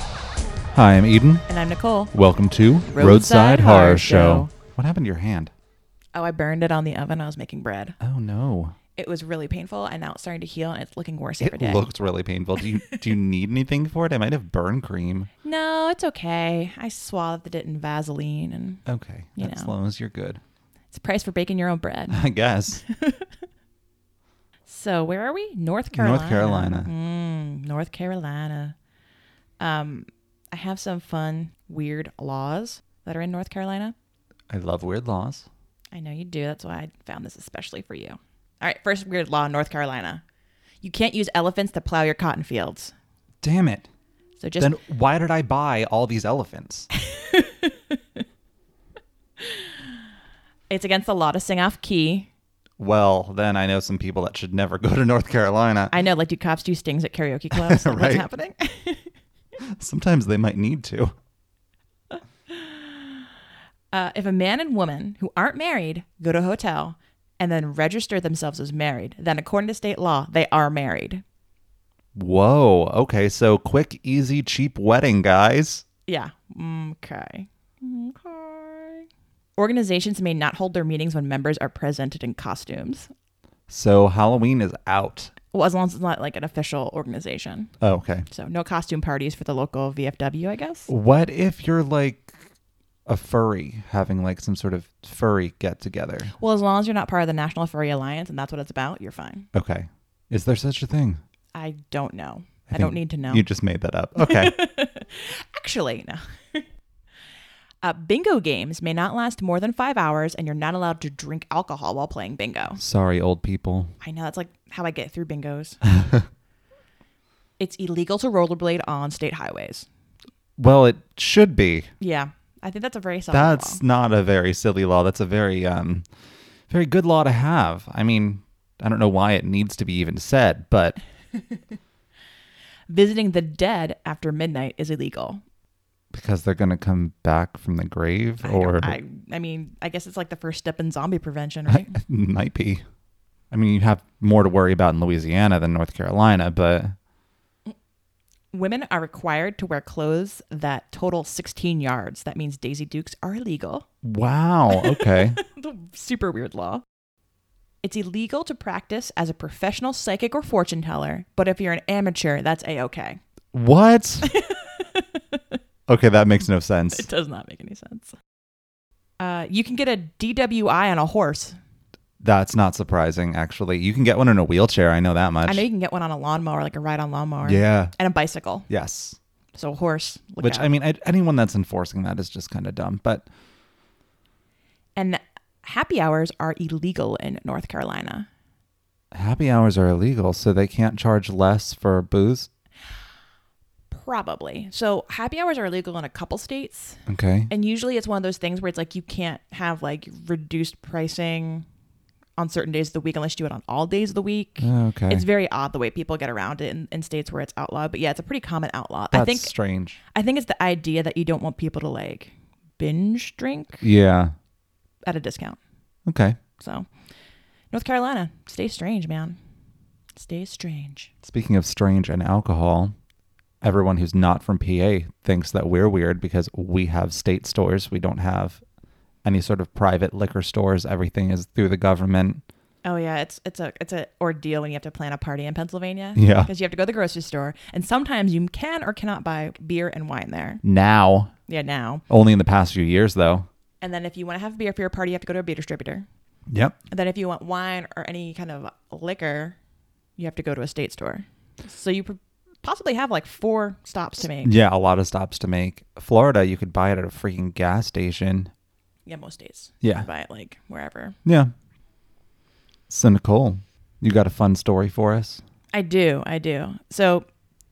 Hi, I'm Eden. And I'm Nicole. Welcome to Roadside, Horror, Show. What happened to your hand? Oh, I burned it on the oven. I was making bread. Oh no. It was really painful, and now it's starting to heal, and it's looking worse every It day. looked really painful. Do you do you need anything for it? I might have burn cream. no, it's okay. I swathed it in Vaseline, and Okay. You as know. long as you're good. it's a price for baking your own bread. I guess. So where are we? North Carolina. Carolina. Mm, North Carolina. Um, I have some fun, weird laws that are in North Carolina. I love weird laws. I know you do. That's why I found this especially for you. All right, first weird law in North Carolina: you can't use elephants to plow your cotton fields. Damn it. So just then why did I buy all these elephants? it's against the law to sing off key. well, then I know some people that should never go to North Carolina. I know, like, do cops do stings at karaoke clubs? Like, Right. What's happening? Sometimes they might need to. Uh, if a man and woman who aren't married go to a hotel and then register themselves as married, then according to state law, they are married. Whoa. Okay, so quick, easy, cheap wedding, guys. Yeah. Okay. Okay. Organizations may not hold their meetings when members are presented in costumes. So Halloween is out. Well, as long as it's not like an official organization. Oh, okay. So no costume parties for the local VFW, I guess. What if you're like a furry having like some sort of furry get together? Well, as long as you're not part of the National Furry Alliance and that's what it's about, you're fine. Okay. Is there such a thing? I don't know. I, don't think need to know. You just made that up. Okay. Actually, no. uh, bingo games may not last more than five hours, and you're not allowed to drink alcohol while playing bingo. Sorry, old people. I know that's like how I get through bingos. it's illegal to rollerblade on state highways. Well, it should be. Yeah, I think that's a very solid That's law. not a very silly law. That's a very um very good law to have. I mean, I don't know why it needs to be even said, but Visiting the dead after midnight is illegal. because they're going to come back from the grave I don't- or I, I mean, I guess it's like the first step in zombie prevention, right? might be. I mean, you have more to worry about in Louisiana than North Carolina, but Women are required to wear clothes that total 16 yards. That means Daisy Dukes are illegal. wow, okay. the super weird law. It's illegal to practice as a professional psychic or fortune teller, but if you're an amateur, that's a okay. What? okay, that makes no sense. It does not make any sense. Uh, you can get a DWI on a horse. That's not surprising, actually. You can get one in a wheelchair. I know that much. I know you can get one on a lawnmower, like a ride on lawnmower, yeah. and a bicycle. Yes. So a horse. Look Which, out. I mean, I, anyone that's enforcing that is just kind of dumb. But and happy hours are illegal in North Carolina. happy hours are illegal, so they can't charge less for booze. Probably. So happy hours are illegal in a couple states, Okay. and usually it's one of those things where it's like you can't have like reduced pricing on certain days of the week unless you do it on all days of the week. Oh, Okay. It's very odd the way people get around it in, in states where it's outlawed, but yeah, it's a pretty common outlaw. That's I think strange. I think it's the idea that you don't want people to like binge drink Yeah. at a discount. Okay. So, North Carolina, stay strange, man. Stay strange. Speaking of strange and alcohol, everyone who's not from PA thinks that we're weird because we have state stores. We don't have any sort of private liquor stores. Everything is through the government. Oh yeah, it's it's a it's a ordeal when you have to plan a party in Pennsylvania. Yeah. because you have to go to the grocery store, and sometimes you can or cannot buy beer and wine there. Now, Yeah, now. only in the past few years, though. And then if you want to have beer for your party, you have to go to a beer distributor. Yep. And then if you want wine or any kind of liquor, you have to go to a state store. So you pr- possibly have like four stops to make. Yeah, a lot of stops to make. Florida, you could buy it at a freaking gas station. Yeah, most states. Yeah. buy it like wherever. Yeah. So, Nicole, you got a fun story for us? I do. I do. So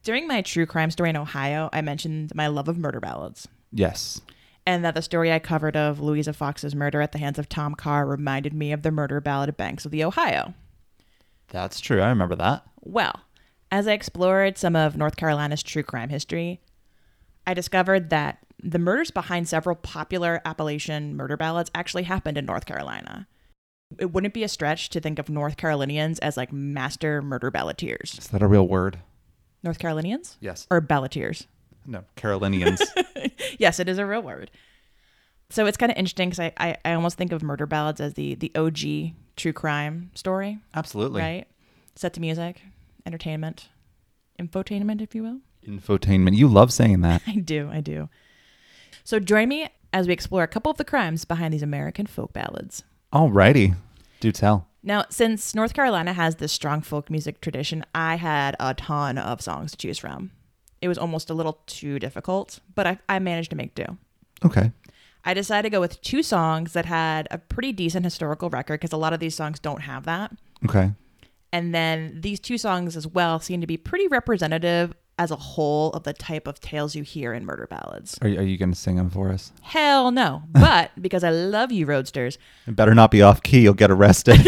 during my true crime story in Ohio, I mentioned my love of murder ballads Yes. and that the story I covered of Louisa Fox's murder at the hands of Tom Carr reminded me of the murder ballad of Banks of the Ohio. That's true. I remember that. Well, as I explored some of North Carolina's true crime history, I discovered that the murders behind several popular Appalachian murder ballads actually happened in North Carolina. It wouldn't be a stretch to think of North Carolinians as like master murder balladeers. Is that a real word? North Carolinians Yes. or balladeers? No, Carolinians. yes, it is a real word. So it's kind of interesting because I, I, I almost think of murder ballads as the, the OG true crime story, Absolutely. right? Set to music, entertainment, infotainment, if you will. Infotainment. You love saying that. I do, I do. So join me as we explore a couple of the crimes behind these American folk ballads. Alrighty. Do tell. Now, since North Carolina has this strong folk music tradition, I had a ton of songs to choose from. It was almost a little too difficult, but I, I managed to make do. Okay. I decided to go with two songs that had a pretty decent historical record because a lot of these songs don't have that. Okay. And then these two songs as well seem to be pretty representative as a whole of the type of tales you hear in murder ballads. Are you, are you going to sing them for us? Hell no. But because I love you, Roadsters, It better not be off key. You'll get arrested.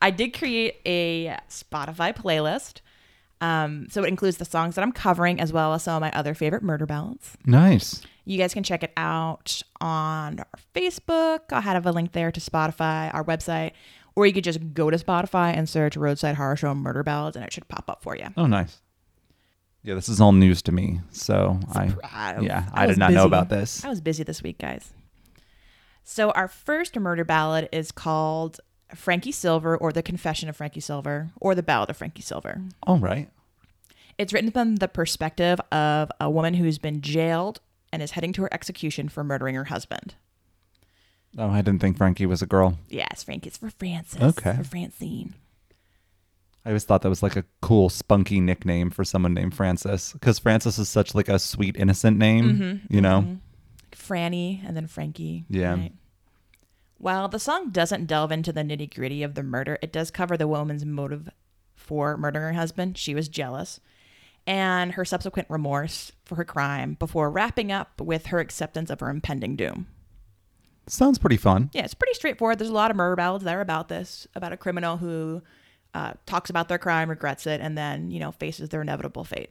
I did create a Spotify playlist. Um, so it includes the songs that I'm covering as well as some of my other favorite murder ballads. nice. You guys can check it out on our Facebook. I'll have a link there to Spotify, our website, or you could just go to Spotify and search Roadside Horror Show Murder Ballads and it should pop up for you. Oh, nice. Yeah, this is all news to me. So I, I- yeah, I I, was did not know busy. about this. I was busy this week, guys. So our first murder ballad is called Frankie Silver or The Confession of Frankie Silver or The Ballad of Frankie Silver. All Oh, right. It's written from the perspective of a woman who's been jailed and is heading to her execution for murdering her husband. Oh, I didn't think Frankie was a girl. Yes, Frankie's for Francis. Okay. For Francine. I always thought that was like a cool, spunky nickname for someone named Francis because Francis is such like a sweet, innocent name, Mm-hmm, you know? Franny and then Frankie. Yeah. While the song doesn't delve into the nitty gritty of the murder, it does cover the woman's motive for murdering her husband. She was jealous and her subsequent remorse for her crime before wrapping up with her acceptance of her impending doom. Sounds pretty fun. Yeah, it's pretty straightforward. There's a lot of murder ballads that are about this, about a criminal who uh, talks about their crime, regrets it, and then, you know, faces their inevitable fate.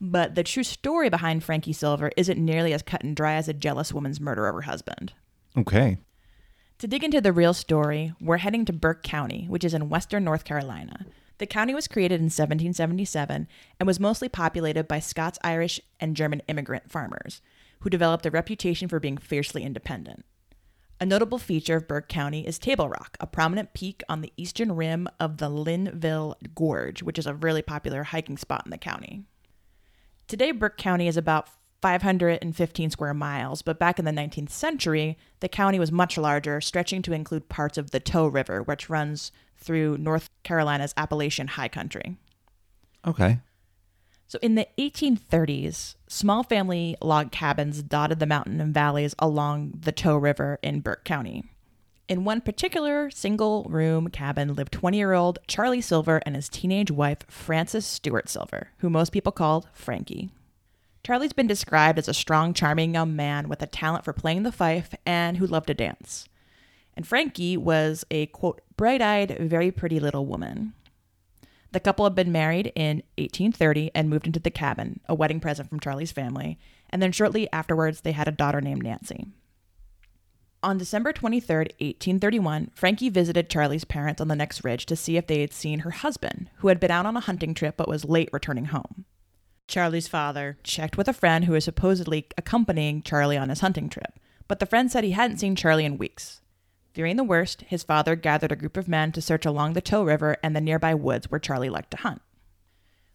But the true story behind Frankie Silver isn't nearly as cut and dry as a jealous woman's murder of her husband. Okay. To dig into the real story, we're heading to Burke County, which is in western North Carolina. The county was created in 1777 and was mostly populated by Scots, Irish, and German immigrant farmers, who developed a reputation for being fiercely independent. A notable feature of Burke County is Table Rock, a prominent peak on the eastern rim of the Linville Gorge, which is a really popular hiking spot in the county. Today, Burke County is about 515 square miles, but back in the 19th century, the county was much larger, stretching to include parts of the Toe River, which runs through North Carolina's Appalachian High Country. Okay. So, in the 1830s, small family log cabins dotted the mountain and valleys along the Toe River in Burke County. In one particular single room cabin lived 20 year old Charlie Silver and his teenage wife, Frances Stewart Silver, who most people called Frankie. Charlie's been described as a strong, charming young man with a talent for playing the fife and who loved to dance. And Frankie was a, quote, bright eyed, very pretty little woman. The couple had been married in 1830 and moved into the cabin, a wedding present from Charlie's family, and then shortly afterwards they had a daughter named Nancy. On December 23rd, 1831, Frankie visited Charlie's parents on the next ridge to see if they had seen her husband, who had been out on a hunting trip but was late returning home. Charlie's father checked with a friend who was supposedly accompanying Charlie on his hunting trip, but the friend said he hadn't seen Charlie in weeks. Fearing the worst, his father gathered a group of men to search along the Toe River and the nearby woods where Charlie liked to hunt.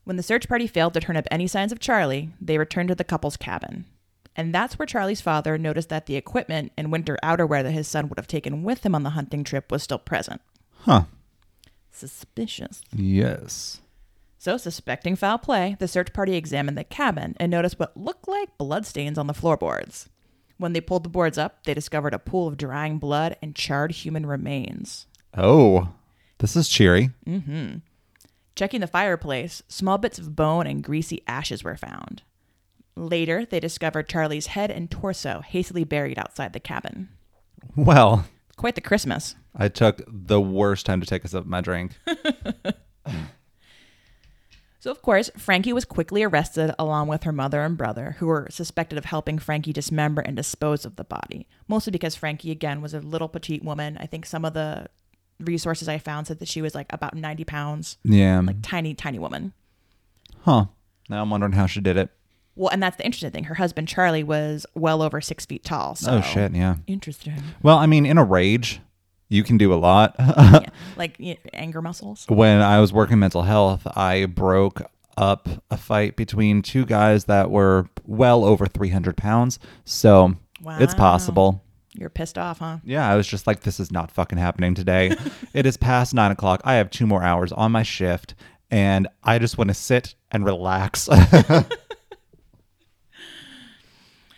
When the search party failed to turn up any signs of Charlie, they returned to the couple's cabin. And that's where Charlie's father noticed that the equipment and winter outerwear that his son would have taken with him on the hunting trip was still present. Huh. Suspicious. Yes. So, suspecting foul play, the search party examined the cabin and noticed what looked like bloodstains on the floorboards. When they pulled the boards up, they discovered a pool of drying blood and charred human remains. Oh, this is cheery. Checking the fireplace, small bits of bone and greasy ashes were found. Later, they discovered Charlie's head and torso hastily buried outside the cabin. Well, Quite the Christmas. I took the worst time to take a sip of my drink. So, of course, Frankie was quickly arrested along with her mother and brother, who were suspected of helping Frankie dismember and dispose of the body, mostly because Frankie, again, was a little petite woman. I think some of the resources Mm-hmm. I found said that she was like about 90 pounds, Yeah. tiny, tiny woman. Huh. Now I'm wondering how she did it. Well, and that's the interesting thing. Her husband Charlie was well over six feet tall. So Oh shit, yeah. Interesting. Well, I mean, in a rage, you can do a lot. yeah. Like y anger muscles. when I was working mental health, I broke up a fight between two guys that were well over 300 pounds. So it's Wow. possible. You're pissed off, huh? Yeah, I was just like, this is not fucking happening today. it is past nine o'clock. I have two more hours on my shift, and I just want to sit and relax.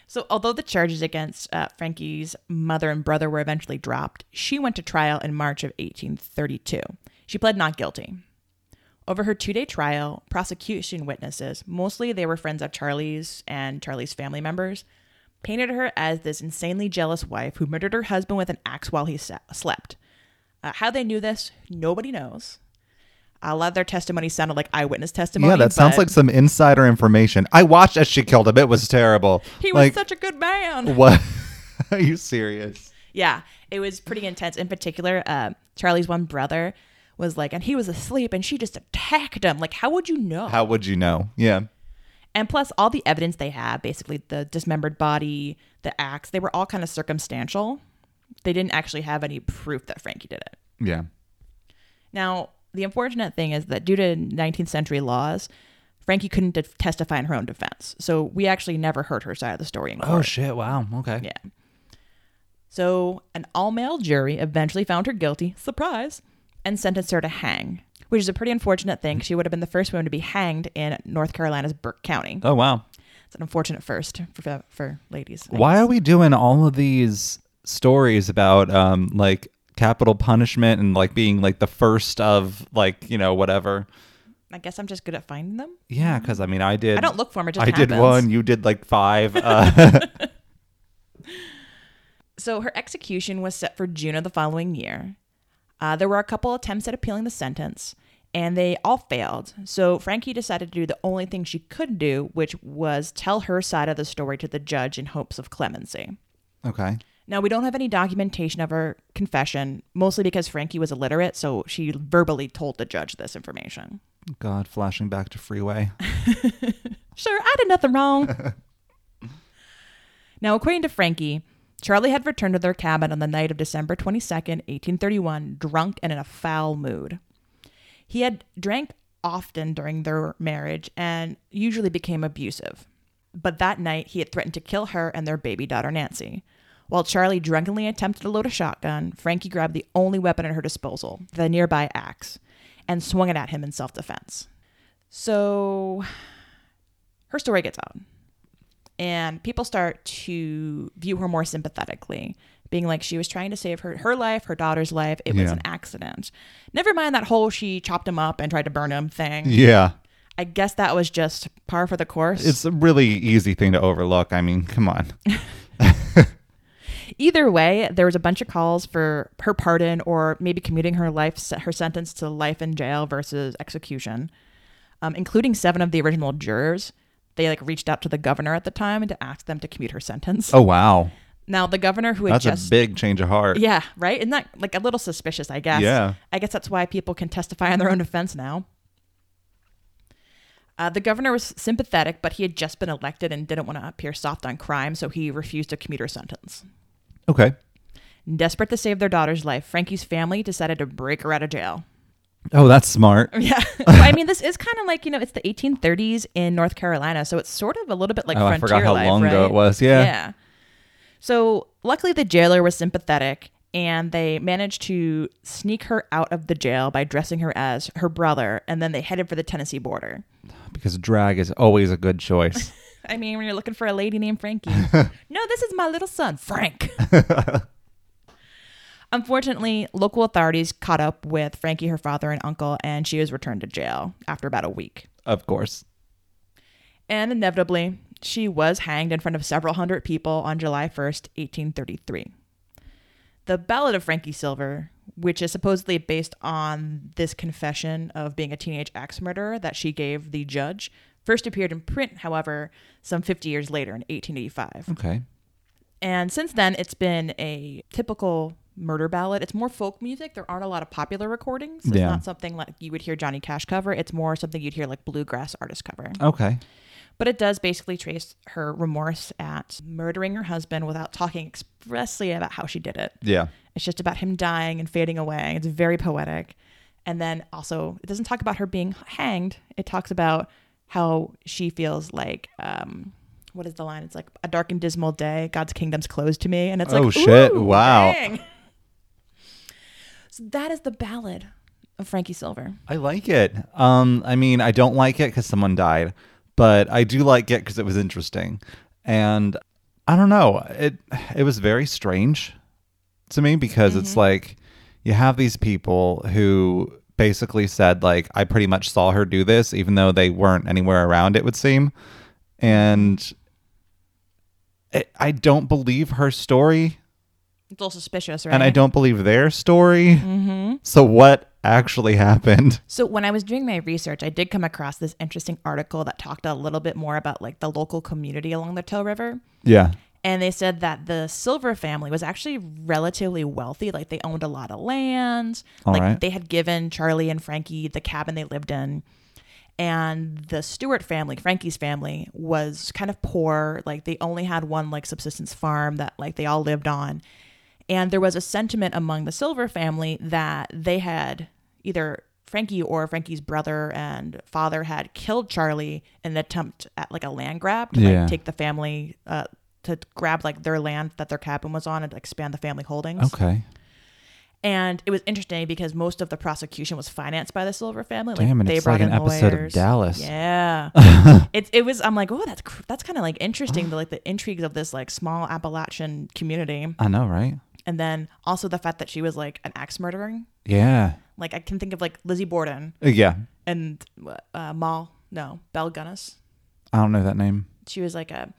So, although the charges against uh, Frankie's mother and brother were eventually dropped, she went to trial in March of 1832. She pled not guilty. Over her two day trial, prosecution witnesses, mostly they were friends of Charlie's and Charlie's family members, painted her as this insanely jealous wife who murdered her husband with an axe while he sa- slept. Uh, how they knew this, nobody knows. A lot of their testimony sounded like eyewitness testimony. yeah, that sounds but like some insider information. I watched as she killed him. It was terrible. He was like, such a good man. what? Are you serious? Yeah, it was pretty intense. In particular, uh, Charlie's one brother was like, and he was asleep, and she just attacked him. Like, how would you know? How would you know? Yeah. and plus, all the evidence they have basically the dismembered body, the axe they were all kind of circumstantial. They didn't actually have any proof that Frankie did it. Yeah. Now, the unfortunate thing is that due to 19th century laws, Frankie couldn't de- testify in her own defense. So we actually never heard her side of the story in court. Oh, shit. Wow. Okay. Yeah. So an all male jury eventually found her guilty, surprise, and sentenced her to hang, which is a pretty unfortunate thing. She would have been the first woman to be hanged in North Carolina's Burke County. Oh, wow. It's an unfortunate first for, for ladies. Why are we doing all of these stories about um like capital punishment and like being like the first of like you know whatever? I guess I'm just good at finding them. Yeah, because I mean, I did. I don't look for them. It just I did happens. one. You did like five. Uh, So her execution was set for June of the following year. Uh, there were a couple attempts at appealing the sentence, and they all failed. So Frankie decided to do the only thing she could do, which was tell her side of the story to the judge in hopes of clemency. okay. Now, we don't have any documentation of her confession, mostly because Frankie was illiterate, so she verbally told the judge this information. God, flashing back to Freeway. Sure, I did nothing wrong. now, according to Frankie, Charlie had returned to their cabin on the night of December 22nd, 1831, drunk and in a foul mood. He had drank often during their marriage and usually became abusive. But that night, he had threatened to kill her and their baby daughter, Nancy. While Charlie drunkenly attempted to load a shotgun, Frankie grabbed the only weapon at her disposal, the nearby axe, and swung it at him in self defense. So her story gets out. And people start to view her more sympathetically, being like she was trying to save her her life, her daughter's life. It was Yeah. an accident. Never mind that whole she chopped him up and tried to burn him thing. Yeah, I guess that was just par for the course. it's a really easy thing to overlook. I mean, come on. Either way, there was a bunch of calls for her pardon or maybe commuting her life her sentence to life in jail versus execution, um, including seven of the original jurors. They like reached out to the governor at the time to ask them to commute her sentence. Oh wow, Now the governor who had that's just a big change of heart. yeah right isn't that like a little suspicious? I guess Yeah. I guess that's why people can testify on their own defense now. Uh, the governor was sympathetic, but he had just been elected and didn't want to appear soft on crime, so he refused to commute her sentence. Okay. Desperate to save their daughter's life, Frankie's family decided to break her out of jail. Oh, that's smart. Yeah. I mean, this is kind of like, you know, it's the 1830s in North Carolina, so it's sort of a little bit like Oh, I frontier forgot how life, long ago right? it was. Yeah. Yeah. So, luckily the jailer was sympathetic and they managed to sneak her out of the jail by dressing her as her brother and then they headed for the Tennessee border. Because drag is always a good choice. I mean, when you're looking for a lady named Frankie. no, this is my little son, Frank. Unfortunately, local authorities caught up with Frankie, her father, and uncle, and she was returned to jail after about a week. of course. And inevitably, she was hanged in front of several hundred people on July 1st, 1833. The Ballad of Frankie Silver, which is supposedly based on this confession of being a teenage axe murderer that she gave the judge, first appeared in print, however, some 50 years later in 1885. Okay. And since then, it's been a typical murder ballad. It's more folk music. There aren't a lot of popular recordings. It's Yeah. not something like you would hear Johnny Cash cover. It's more something you'd hear like bluegrass artist cover. Okay. But it does basically trace her remorse at murdering her husband without talking expressly about how she did it. Yeah. It's just about him dying and fading away. It's very poetic. And then also, it doesn't talk about her being hanged. It talks about how she feels like, um, what is the line? It's like a dark and dismal day. God's kingdom's closed to me, and it's Oh, like, shit. ooh, Wow. dang. So that is the ballad of Frankie Silver. I like it. Um, I mean, I don't like it because someone died, but I do like it because it was interesting, and I don't know. It it was very strange to me because it's like you have these people who basically said like I pretty much saw her do this, even though they weren't anywhere around. It would seem, and it, I don't believe her story, It's all suspicious, right? and I don't believe their story. So what actually happened? So when I was doing my research, I did come across this interesting article that talked a little bit more about like the local community along the Toe River. Yeah. And they said that the Silver family was actually relatively wealthy. Like they owned a lot of land. All like right. they had given Charlie and Frankie the cabin they lived in. And the Stewart family, Frankie's family, was kind of poor. Like they only had one like subsistence farm that like they all lived on. And there was a sentiment among the Silver family that they had either Frankie or Frankie's brother and father had killed Charlie in an attempt at like a land grab to Yeah. like take the family uh, to grab like their land that their cabin was on and expand the family holdings. Okay. And it was interesting because most of the prosecution was financed by the Silver family. Like Damn, and they it's brought like an in episode lawyers. of Dallas. Yeah, it's it was. I'm like, oh, that's cr- that's kind of like interesting. The like the intrigues of this like small Appalachian community, I know, right? and then also the fact that she was like an axe murdering. Yeah. Like I can think of like Lizzie Borden Uh, Yeah. and uh, Moll. No, Belle Gunnis. I don't know that name. She was like a.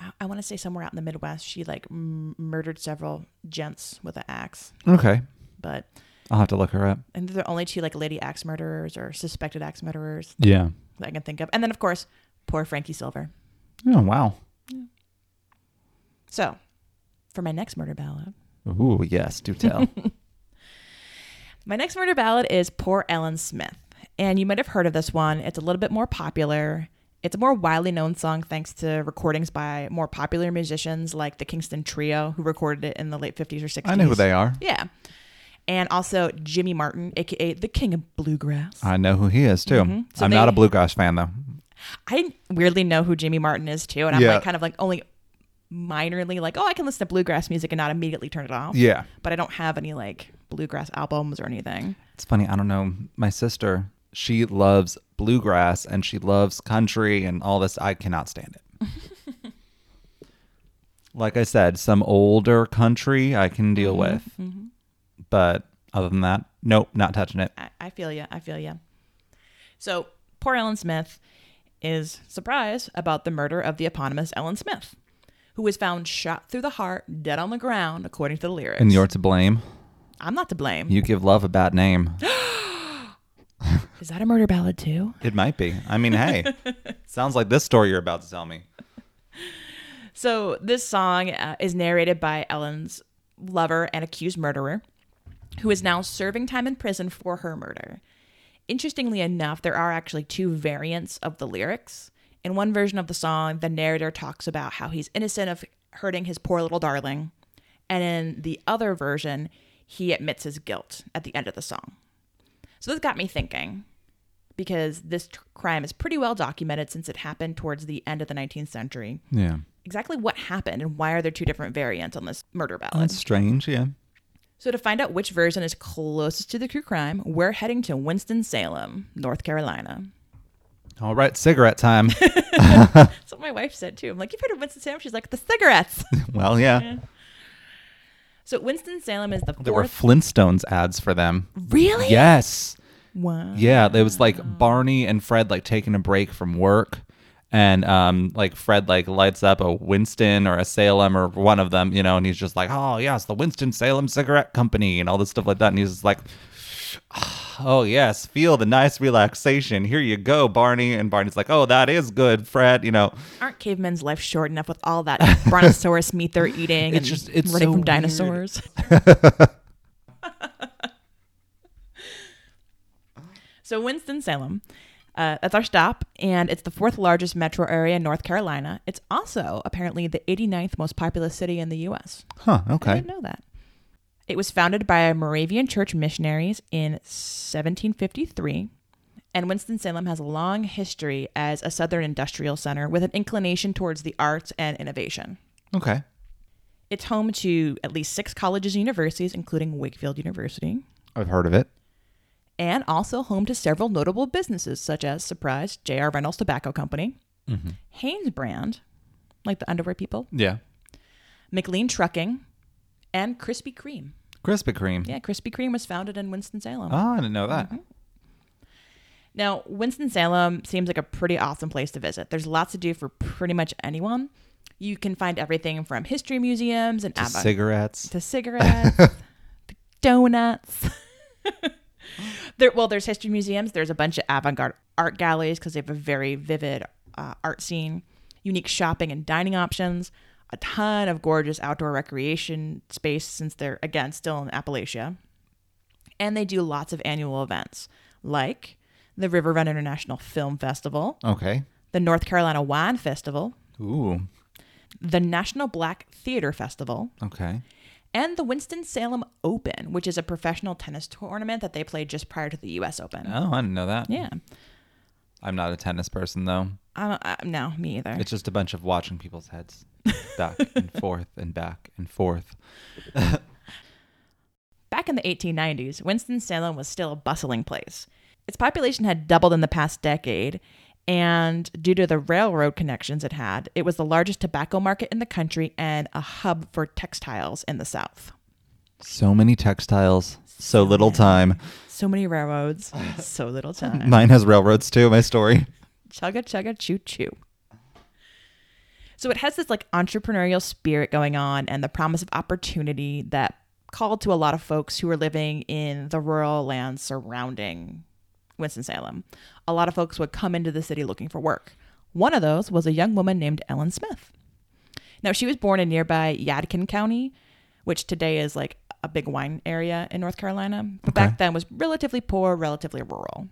I- I want to say somewhere out in the Midwest, she like m- murdered several gents with an axe, Okay. but I'll have to look her up. and they're the only two like lady axe murderers or suspected axe murderers Yeah. that I can think of. And then of course, poor Frankie Silver. Oh, wow. So, for my next murder ballad, Ooh, yes. Do tell. my next murder ballad is Poor Ellen Smith. And you might have heard of this one. It's a little bit more popular. It's a more widely known song thanks to recordings by more popular musicians like the Kingston Trio, who recorded it in the late 50s or 60s. I know who they are. Yeah. And also Jimmy Martin, aka the King of Bluegrass. I know who he is, too. Mm-hmm. So I'm not a they- bluegrass fan, though. I weirdly know who Jimmy Martin is too, and I'm Yeah. like kind of like only minorly like, oh, I can listen to bluegrass music and not immediately turn it off. Yeah. But I don't have any like bluegrass albums or anything. It's funny. I don't know. My sister, she loves bluegrass and she loves country and all this. I cannot stand it. like I said, some older country I can Mm-hmm. deal with. But other than that, nope, not touching it. I, I feel you. I feel you. So poor Ellen Smith is surprised about the murder of the eponymous Ellen Smith, who was found shot through the heart, dead on the ground, according to the lyrics. And you're to blame. I'm not to blame. You give love a bad name. is that a murder ballad too? It might be. I mean, hey, sounds like this story you're about to tell me. So this song uh, is narrated by Ellen's lover and accused murderer, who is now serving time in prison for her murder. Interestingly enough, there are actually two variants of the lyrics. In one version of the song, the narrator talks about how he's innocent of hurting his poor little darling, and in the other version, he admits his guilt at the end of the song. So this got me thinking because this tr- crime is pretty well documented since it happened towards the end of the 19th century Yeah. exactly what happened and why are there two different variants on this murder ballad. That's strange. Yeah. So to find out which version is closest to the true crime, we're heading to Winston-Salem, North Carolina. All right, cigarette time. That's what my wife said too. I'm like, you've heard of Winston-Salem? She's like, the cigarettes. well, yeah. so Winston-Salem is the There were fourth. Flintstones ads for them. really? Yes. Wow. Yeah. It was Oh. like Barney and Fred like taking a break from work. And um, like Fred like lights up a Winston or a Salem or one of them, you know, and he's just like, oh yes, the Winston Salem Cigarette Company and all this stuff like that, and he's just like, oh yes, feel the nice relaxation. Here you go, Barney. And Barney's like, oh, that is good, Fred. You know, Aren't cavemen's life short enough with all that brontosaurus meat they're eating It's and just- it's running so from weird. dinosaurs? so Winston-Salem, uh, that's our stop, and it's the fourth largest metro area in North Carolina. It's also apparently the 89th most populous city in the U.S. huh? I Okay, didn't know that. It was founded by Moravian church missionaries in 1753, and Winston-Salem has a long history as a southern industrial center with an inclination towards the arts and innovation. okay. It's home to at least six colleges and universities, including Wakefield University, I've heard of it. and also home to several notable businesses such as Surprise, J.R. Reynolds Tobacco Company, Haynes Brand, like the underwear people, Yeah, McLean Trucking, and Krispy Kreme. Krispy Kreme. Yeah, Mm-hmm. Krispy Kreme was founded in Winston-Salem. Oh, I didn't know that. Now, Winston-Salem seems like a pretty awesome place to visit. There's lots to do for pretty much anyone. You can find everything from history museums and To avant- cigarettes. to cigarettes, the donuts. there, well, there's history museums. There's a bunch of avant-garde art galleries because they have a very vivid uh, art scene, unique shopping and dining options, a ton of gorgeous outdoor recreation space since they're again still in Appalachia, and they do lots of annual events like the River Run International Film Festival, Okay. the North Carolina Wine Festival, Ooh. the National Black Theater Festival, Okay. and the Winston-Salem Open, which is a professional tennis tournament that they played just prior to the U.S. Open. Oh, I didn't know that. Yeah, I'm not a tennis person though. I don't, I, no, me either. It's just a bunch of watching people's heads back and forth and back and forth. Back in the 1890s, Winston-Salem was still a bustling place. Its population had doubled in the past decade, and due to the railroad connections it had, it was the largest tobacco market in the country and a hub for textiles in the South. So many textiles, so little time. So many railroads, so little time. Mine has railroads too, my story. chugga chugga choo choo. So it has this like entrepreneurial spirit going on and the promise of opportunity that called to a lot of folks who are living in the rural lands surrounding Winston-Salem. A lot of folks would come into the city looking for work. One of those was a young woman named Ellen Smith. Now she was born in nearby Yadkin County, which today is like a big wine area in North Carolina, but back then was relatively poor, relatively rural.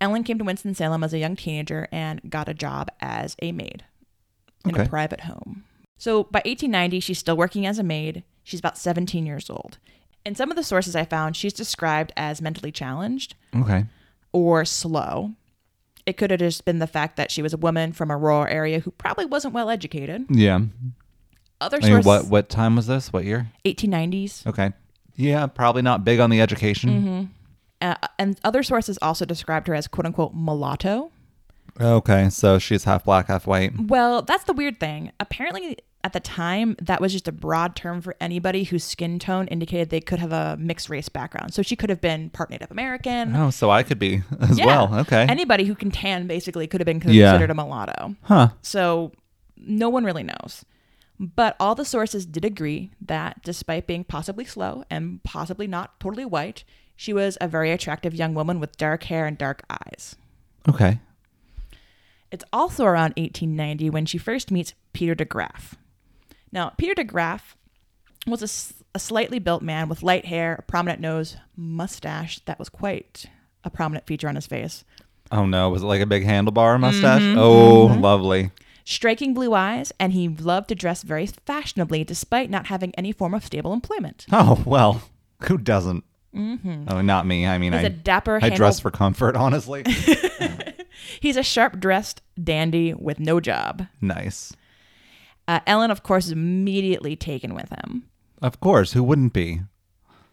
Ellen came to Winston-Salem as a young teenager and got a job as a maid in a Okay. private home. So by 1890, she's still working as a maid. She's about 17 years old. And some of the sources I found, she's described as mentally challenged Okay. or slow. It could have just been the fact that she was a woman from a rural area who probably wasn't well educated. Yeah. Other I mean, sources, what what time was this? What year? 1890s. Okay. Yeah, probably not big on the education. Uh, and other sources also described her as quote unquote mulatto. Okay, so she's half black, half white. Well, that's the weird thing. Apparently, at the time, that was just a broad term for anybody whose skin tone indicated they could have a mixed race background. So she could have been part Native American. Oh, so I could be as well. Okay. Anybody who can tan basically could have been Yeah. considered a mulatto. huh. So no one really knows. But all the sources did agree that despite being possibly slow and possibly not totally white, she was a very attractive young woman with dark hair and dark eyes. Okay. It's also around 1890 when she first meets Peter DeGraff. Now, Peter DeGraff was a, s- a slightly built man with light hair, a prominent nose, mustache that was quite a prominent feature on his face, Oh no, was it like a big handlebar mustache? Oh, lovely. striking blue eyes, and he loved to dress very fashionably despite not having any form of stable employment. Oh well, who doesn't? Mm-hmm. Oh, not me. I mean, He's a I dapper, I handle- dress for comfort, honestly. he's a sharp-dressed dandy with no job. nice. Uh, Ellen, of course, is immediately taken with him. Of course, who wouldn't be?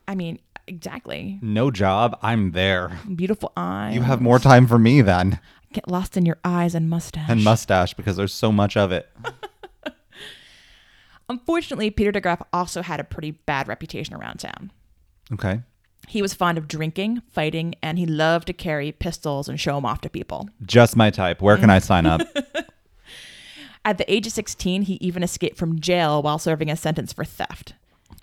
I mean, exactly. No job, I'm there. Beautiful eyes. You have more time for me then, Get lost in your eyes and mustache. and mustache because there's so much of it. Unfortunately, Peter DeGraff also had a pretty bad reputation around town. Okay. He was fond of drinking, fighting, and he loved to carry pistols and show them off to people. Just my type. Where can I Mm. sign up? At the age of 16, he even escaped from jail while serving a sentence for theft.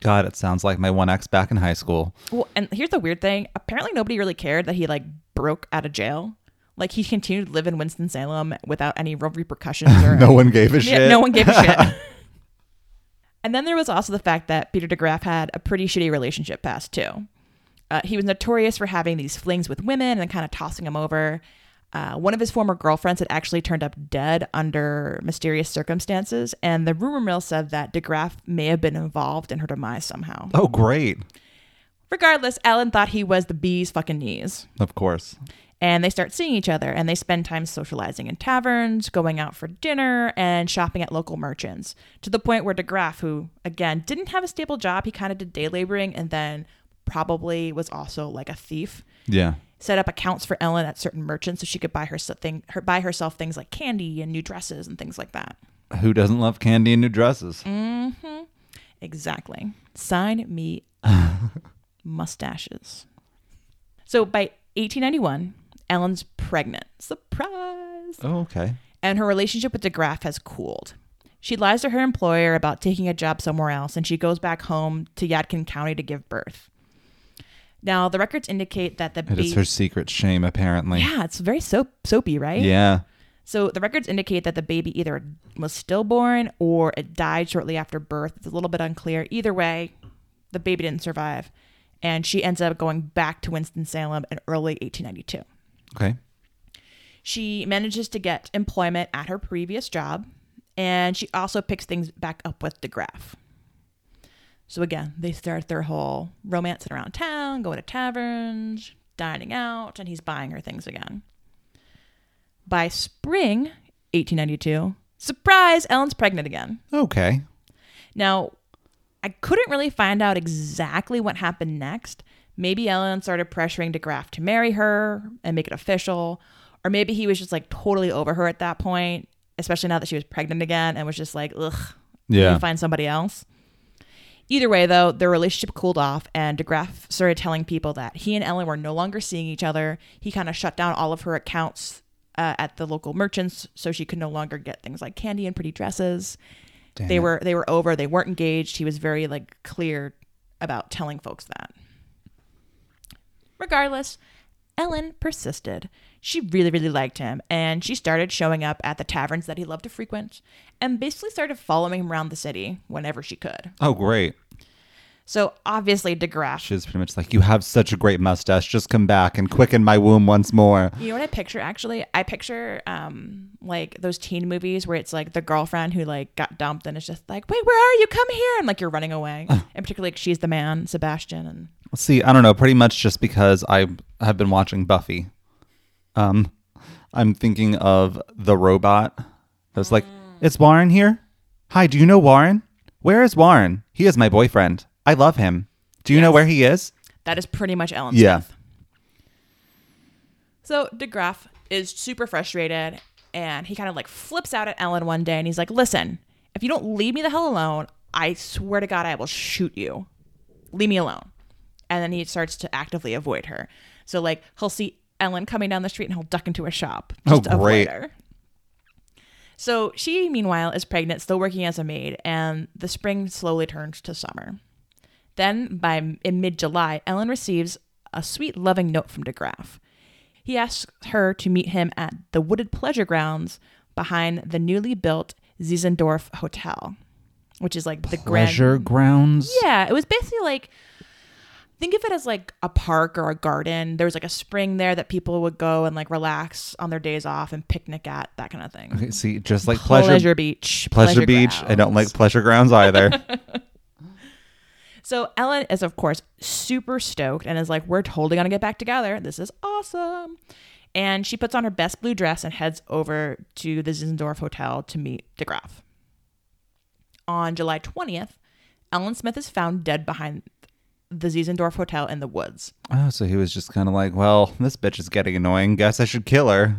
God, it sounds like my one ex back in high school. Well, and here's the weird thing. Apparently, nobody really cared that he like broke out of jail. Like he continued to live in Winston Salem without any real repercussions. Or No one gave a shit. Yeah, no one gave a shit. and then there was also the fact that Peter DeGraff had a pretty shitty relationship past too. Uh, he was notorious for having these flings with women and kind of tossing them over. Uh, one of his former girlfriends had actually turned up dead under mysterious circumstances, and the rumor mill said that DeGraff may have been involved in her demise somehow. Oh, great. Regardless, Alan thought he was the bee's fucking knees. Of course. And they start seeing each other and they spend time socializing in taverns, going out for dinner, and shopping at local merchants. To the point where DeGraff, who again didn't have a stable job, he kind of did day laboring and then probably was also like a thief, Yeah. set up accounts for Ellen at certain merchants so she could buy, her thing, her, buy herself things like candy and new dresses and things like that. Who doesn't love candy and new dresses? Mm. Exactly. Sign me mustaches. So by 1891, Ellen's pregnant. Surprise! Oh, okay. And her relationship with DeGraff has cooled. She lies to her employer about taking a job somewhere else, and she goes back home to Yadkin County to give birth. Now, the records indicate that the It is her secret shame, apparently. yeah, it's very soap soapy, right? Yeah. So the records indicate that the baby either was stillborn or it died shortly after birth. It's a little bit unclear. Either way, the baby didn't survive. And she ends up going back to Winston-Salem in early 1892. Okay. She manages to get employment at her previous job, and she also picks things back up with DeGraff. So again, they start their whole romancing around town, going to taverns, dining out, and he's buying her things again. By spring 1892, surprise, Ellen's pregnant again. Okay. Now, I couldn't really find out exactly what happened next. Maybe Ellen started pressuring DeGraff to marry her and make it official, or maybe he was just like totally over her at that point, especially now that she was pregnant again and was just like, ugh, Yeah. yeah. find somebody else. Either way, though, their relationship cooled off, and DeGraff started telling people that he and Ellen were no longer seeing each other. He kind of shut down all of her accounts uh, at the local merchants, so she could no longer get things like candy and pretty dresses. Damn they it. were they were over. They weren't engaged. He was very like clear about telling folks that. Regardless, Ellen persisted. She really, really liked him, and she started showing up at the taverns that he loved to frequent and basically started following him around the city whenever she could. Oh, great. So obviously, DeGraff. She was pretty much like, You have such a great mustache. Just come back and quicken my womb once more. You know what I picture actually? I picture um like those teen movies where it's like the girlfriend who like got dumped and it's just like, wait, where are you? Come here, and like you're running away. and particularly, like, she's the man, Sebastian, and See, I don't know. Pretty much just because I have been watching Buffy. Um, I'm thinking of the robot that's like, Mm. it's Warren here. Hi, do you know Warren? Where is Warren? He is my boyfriend. I love him. Do you know where he is? That is pretty much Ellen Yeah. Smith. So DeGraff is super frustrated and he kind of like flips out at Ellen one day and he's like, listen, if you don't leave me the hell alone, I swear to God, I will shoot you. Leave me alone. And then he starts to actively avoid her. So like he'll see Ellen coming down the street and he'll duck into a shop. Just Oh, to great. avoid her. So she, meanwhile, is pregnant, still working as a maid, and the spring slowly turns to summer. Then, by in mid July, Ellen receives a sweet, loving note from DeGraff. He asks her to meet him at the wooded pleasure grounds behind the newly built Ziesendorf Hotel, which is like the Pleasure grand. grounds. Yeah, it was basically like think of it as like a park or a garden. There was like a spring there that people would go and like relax on their days off and picnic at, that kind of thing. Okay, see, just like Pleasure, pleasure, Beach. pleasure, beach. I don't grounds. like pleasure grounds either. So Ellen is, of course, super stoked and is like, we're totally going to get back together. This is awesome. And she puts on her best blue dress and heads over to the Zinzendorf Hotel to meet DeGraff. On July 20th, Ellen Smith is found dead behind the Zinzendorf Hotel in the woods. oh, so he was just kind of like, well, this bitch is getting annoying. Guess I should kill her.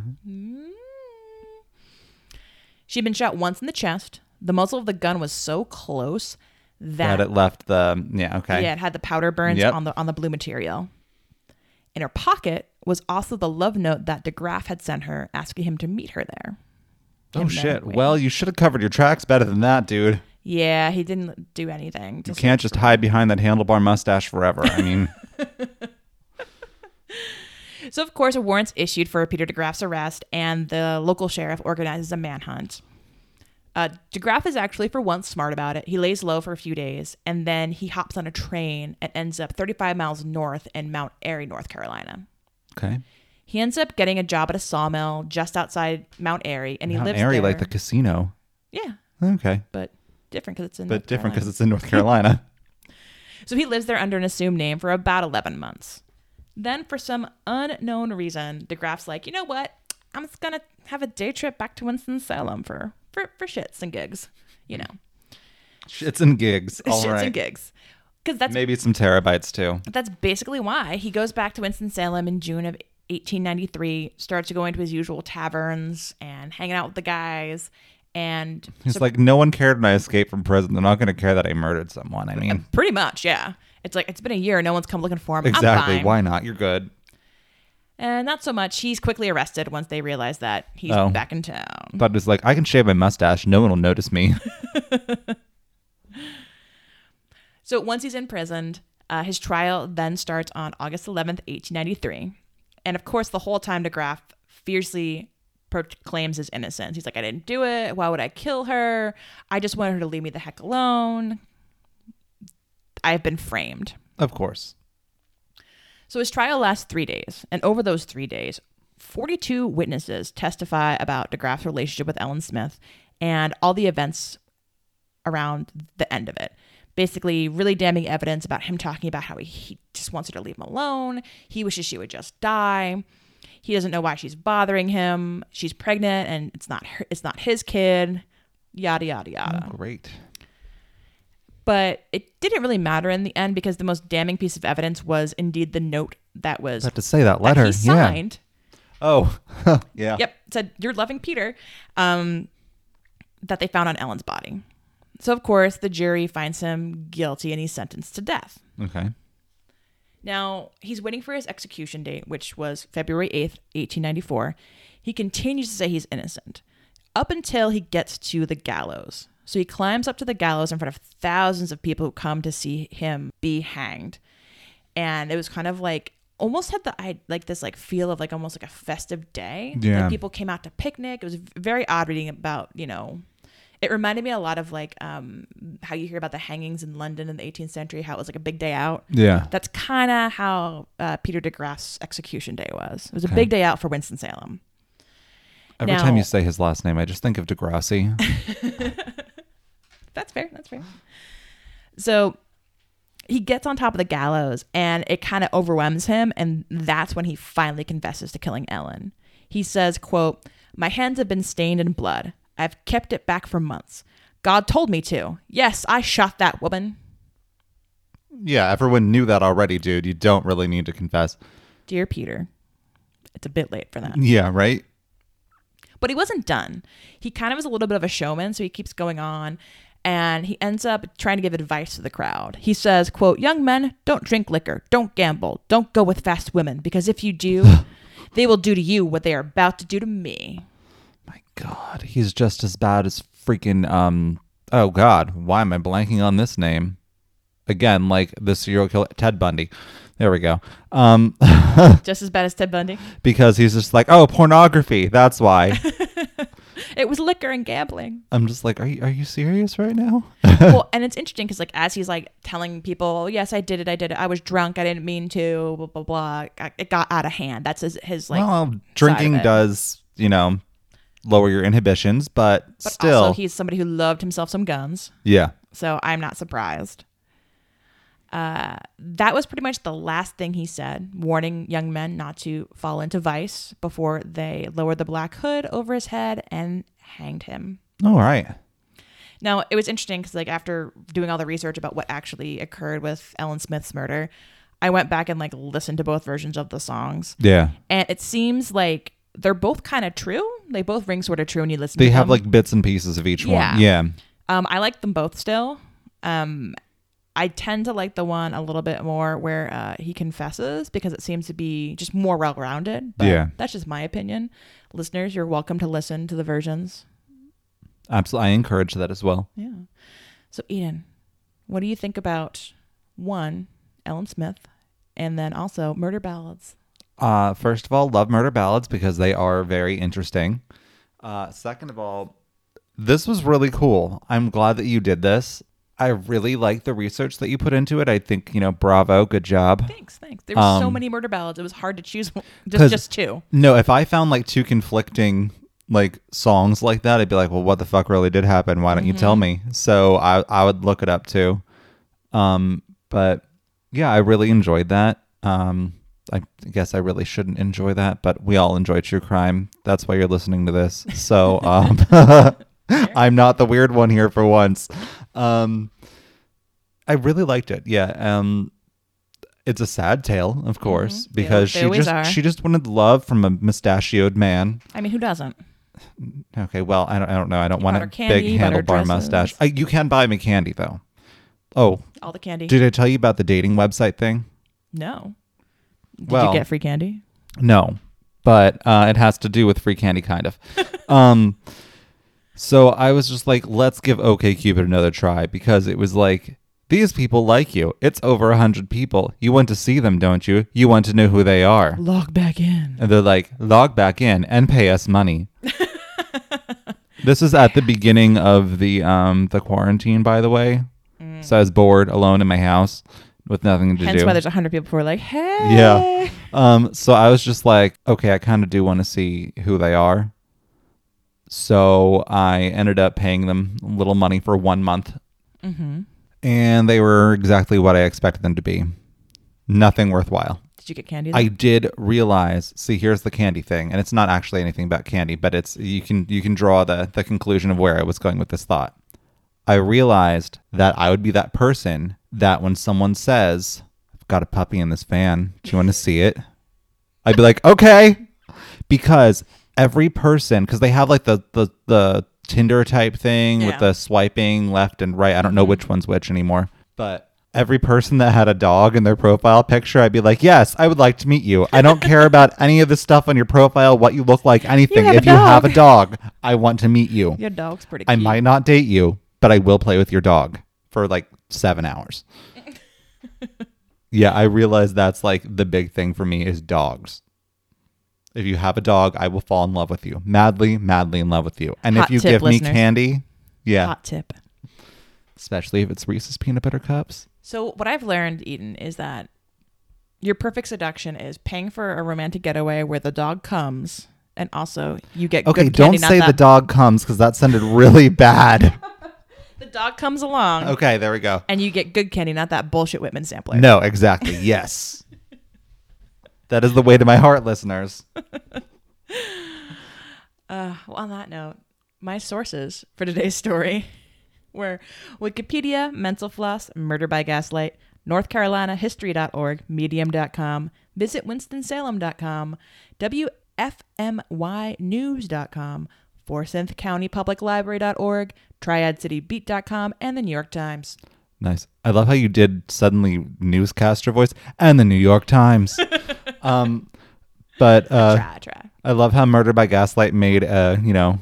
She'd been shot once in the chest. The muzzle of the gun was so close that, But it left the yeah. Okay. Yeah, it had the powder burns Yep. on the on the blue material. In her pocket was also the love note that DeGraff had sent her, asking him to meet her there. Oh And then shit. we- Well, you should have covered your tracks better than that, dude. Yeah, he didn't do anything. to You can't search just for- hide behind that handlebar mustache forever. I mean, So, of course, a warrant's issued for Peter DeGraff's arrest, and the local sheriff organizes a manhunt. Uh, DeGraff is actually, for once, smart about it. He lays low for a few days, and then he hops on a train and ends up 35 miles north in Mount Airy, North Carolina. okay. He ends up getting a job at a sawmill just outside Mount Airy, and he Mount lives Airy, there. like the casino. yeah, Okay. but different because it's in But North different Carolina. because it's in North Carolina. So he lives there under an assumed name for about 11 months. Then, for some unknown reason, DeGraff's like, you know what? I'm just going to have a day trip back to Winston-Salem for, for, for shits and gigs, you know, Shits and gigs. All shits right. and gigs. Because that's, Maybe some terabytes too. that's basically why he goes back to Winston-Salem in June of 1893, starts going to his usual taverns and hanging out with the guys. And It's like no one cared when I escaped from prison. They're not going to care that I murdered someone. I mean, pretty much, yeah. It's like, it's been a year. No one's come looking for him. I'm exactly. fine. Why not? You're good. And not so much. He's quickly arrested once they realize that he's Oh. back in town. But it's like I can shave my mustache. No one will notice me. So once he's imprisoned, uh, his trial then starts on August 11th, 1893. And of course, the whole time DeGraff fiercely proclaims his innocence. He's like, I didn't do it. Why would I kill her? I just wanted her to leave me the heck alone. I've been framed. of course. So his trial lasts three days, and over those three days, 42 witnesses testify about DeGraff's relationship with Ellen Smith and all the events around the end of it. Basically, really damning evidence about him talking about how he, he just wants her to leave him alone. He wishes she would just die. He doesn't know why she's bothering him. She's pregnant, and it's not her, it's not his kid. Yada yada yada Great. but it didn't really matter in the end because the most damning piece of evidence was indeed the note that was I have to say that that letter. he yeah. signed. Oh. yeah. Yep, it said "You're loving Peter," um, that they found on Ellen's body. So of course the jury finds him guilty and he's sentenced to death. Okay. Now he's waiting for his execution date, which was February eighth, eighteen ninety four. He continues to say he's innocent up until he gets to the gallows. So he climbs up to the gallows in front of thousands of people who come to see him be hanged. And it was kind of like almost had the I like this like feel of like almost like a festive day. Yeah. Like people came out to picnic. It was very odd reading about, you know, it reminded me a lot of like um how you hear about the hangings in London in the 18th century, how it was like a big day out. Yeah. That's kind of how uh, Peter DeGraff's execution day was. It was a big day out for Winston-Salem. Every Now- time you say his last name, I just think of Degrassi. That's fair. That's fair. So he gets on top of the gallows and it kind of overwhelms him and that's when he finally confesses to killing Ellen. He says, quote, "My hands have been stained in blood. I've kept it back for months. God told me to. Yes, I shot that woman." yeah. Everyone knew that already, dude. You don't really need to confess. Dear Peter, it's a bit late for that. Yeah. Right. But he wasn't done. He kind of is a little bit of a showman, so he keeps going on and he ends up trying to give advice to the crowd. He says, quote, "Young men, don't drink liquor, don't gamble, don't go with fast women because if you do, they will do to you what they are about to do to me." My God, he's just as bad as freaking. Um. Oh God, why am I blanking on this name? Again, like the serial killer Ted Bundy. There we go. Um, Just as bad as Ted Bundy. because he's just like, oh, pornography. That's why. It was liquor and gambling. I'm just like, are you are you serious right now? well, and it's interesting cuz like as he's like telling people, "Oh, "Yes, I did it. I did it. I was drunk. I didn't mean to." blah blah blah. It got out of hand. That's his, his like well, drinking it. does, you know, lower your inhibitions, but, but still, also he's somebody who loved himself some guns. yeah. so I'm not surprised. Uh, that was pretty much the last thing he said, warning young men not to fall into vice before they lowered the black hood over his head and hanged him. Oh, All right. Now it was interesting because, like, after doing all the research about what actually occurred with Ellen Smith's murder, I went back and like listened to both versions of the songs, Yeah. and it seems like they're both kind of true. They both ring sort of true when you listen. They to have them. like bits and pieces of each Yeah. one. Yeah. Um, I like them both still. Um, I tend to like the one a little bit more where uh, he confesses because it seems to be just more well rounded. But Yeah. that's just my opinion. Listeners, you're welcome to listen to the versions. Absolutely. I encourage that as well. Yeah. So, Eden, what do you think about one, Ellen Smith, and then also murder ballads? Uh, first of all, love murder ballads because they are very interesting. Uh, second of all, this was really cool. I'm glad that you did this. I really like the research that you put into it. I think, you know, bravo, good job. Thanks, thanks. There were so many murder ballads; it was hard to choose one- Um, 'cause- just just two. No, if I found like two conflicting like songs like that, I'd be like, well, what the fuck really did happen? Why don't you tell me? So I, I would look it up too. Um, but yeah, I really enjoyed that. Um, I guess I really shouldn't enjoy that, but we all enjoy true crime. That's why you're listening to this. So um, I'm not the weird one here for once. Um, I really liked it. Yeah. Um, it's a sad tale, of course, Mhm. They- because they she always just are. she just wanted love from a mustachioed man. I mean, who doesn't? Okay, well, I don't I don't know. I don't want a Butter candy, big butter handlebar dresses. mustache. Uh, you can buy me candy though. Oh, All the candy. did I tell you about the dating website thing? no. Did Well- you get free candy? No, but uh, it has to do with free candy, kind of. um, so I was just like, let's give OKCupid another try because it was like, these people like you. It's over a hundred people. You want to see them, don't you? You want to know who they are. Log back in. And they're like, log back in and pay us money. this is at the beginning of the um the quarantine, by the way. So I was bored, alone in my house with nothing to Hence do. why there's a hundred people who are like, "Hey, Yeah. Um, so I was just like, okay, I kind of do want to see who they are. So I ended up paying them a little money for one month. Mm-hmm. And they were exactly what I expected them to be nothing worthwhile. Did you get candy? I did realize, see, here's the candy thing. And it's not actually anything about candy, but it's you can you can draw the, the conclusion of where I was going with this thought. I realized that I would be that person that when someone says, I've got a puppy in this van, do you want to see it? I'd be like, okay. Because every person, because they have like the, the, the Tinder type thing Yeah. Mm-hmm. with the swiping left and right. I don't know which one's which anymore. But every person that had a dog in their profile picture, I'd be like, yes, I would like to meet you. I don't care about any of the stuff on your profile, what you look like, anything. have a if you have a dog. dog, I want to meet you. Your dog's pretty. I cute. might not date you, but I will play with your dog for like seven hours. yeah, I realize that's like the big thing for me is dogs. If you have a dog, I will fall in love with you. Madly, madly in love with you. And Hot if you tip, give listeners. me candy, yeah, Hot tip. especially if it's Reese's peanut butter cups. So what I've learned, Eden, is that your perfect seduction is paying for a romantic getaway where the dog comes, and also you get Okay, good don't candy, not say the that- dog comes because that sounded really bad. The dog comes along, Okay, there we go. and you get good candy, not that bullshit Whitman sampler. No, exactly. Yes. that is the way to my heart, listeners. Uh, well, on that note, my sources for today's story were Wikipedia, Mental Floss, Murder by Gaslight, North Carolina History.org, Medium.com, VisitWinstonSalem.com, WFMYNews.com, Forsyth County Public Library.org, TriadCityBeat.com, and the New York Times. Nice. I love how you did suddenly newscaster voice and the New York Times. um, but uh, try, try. I love how Murder by Gaslight made a you know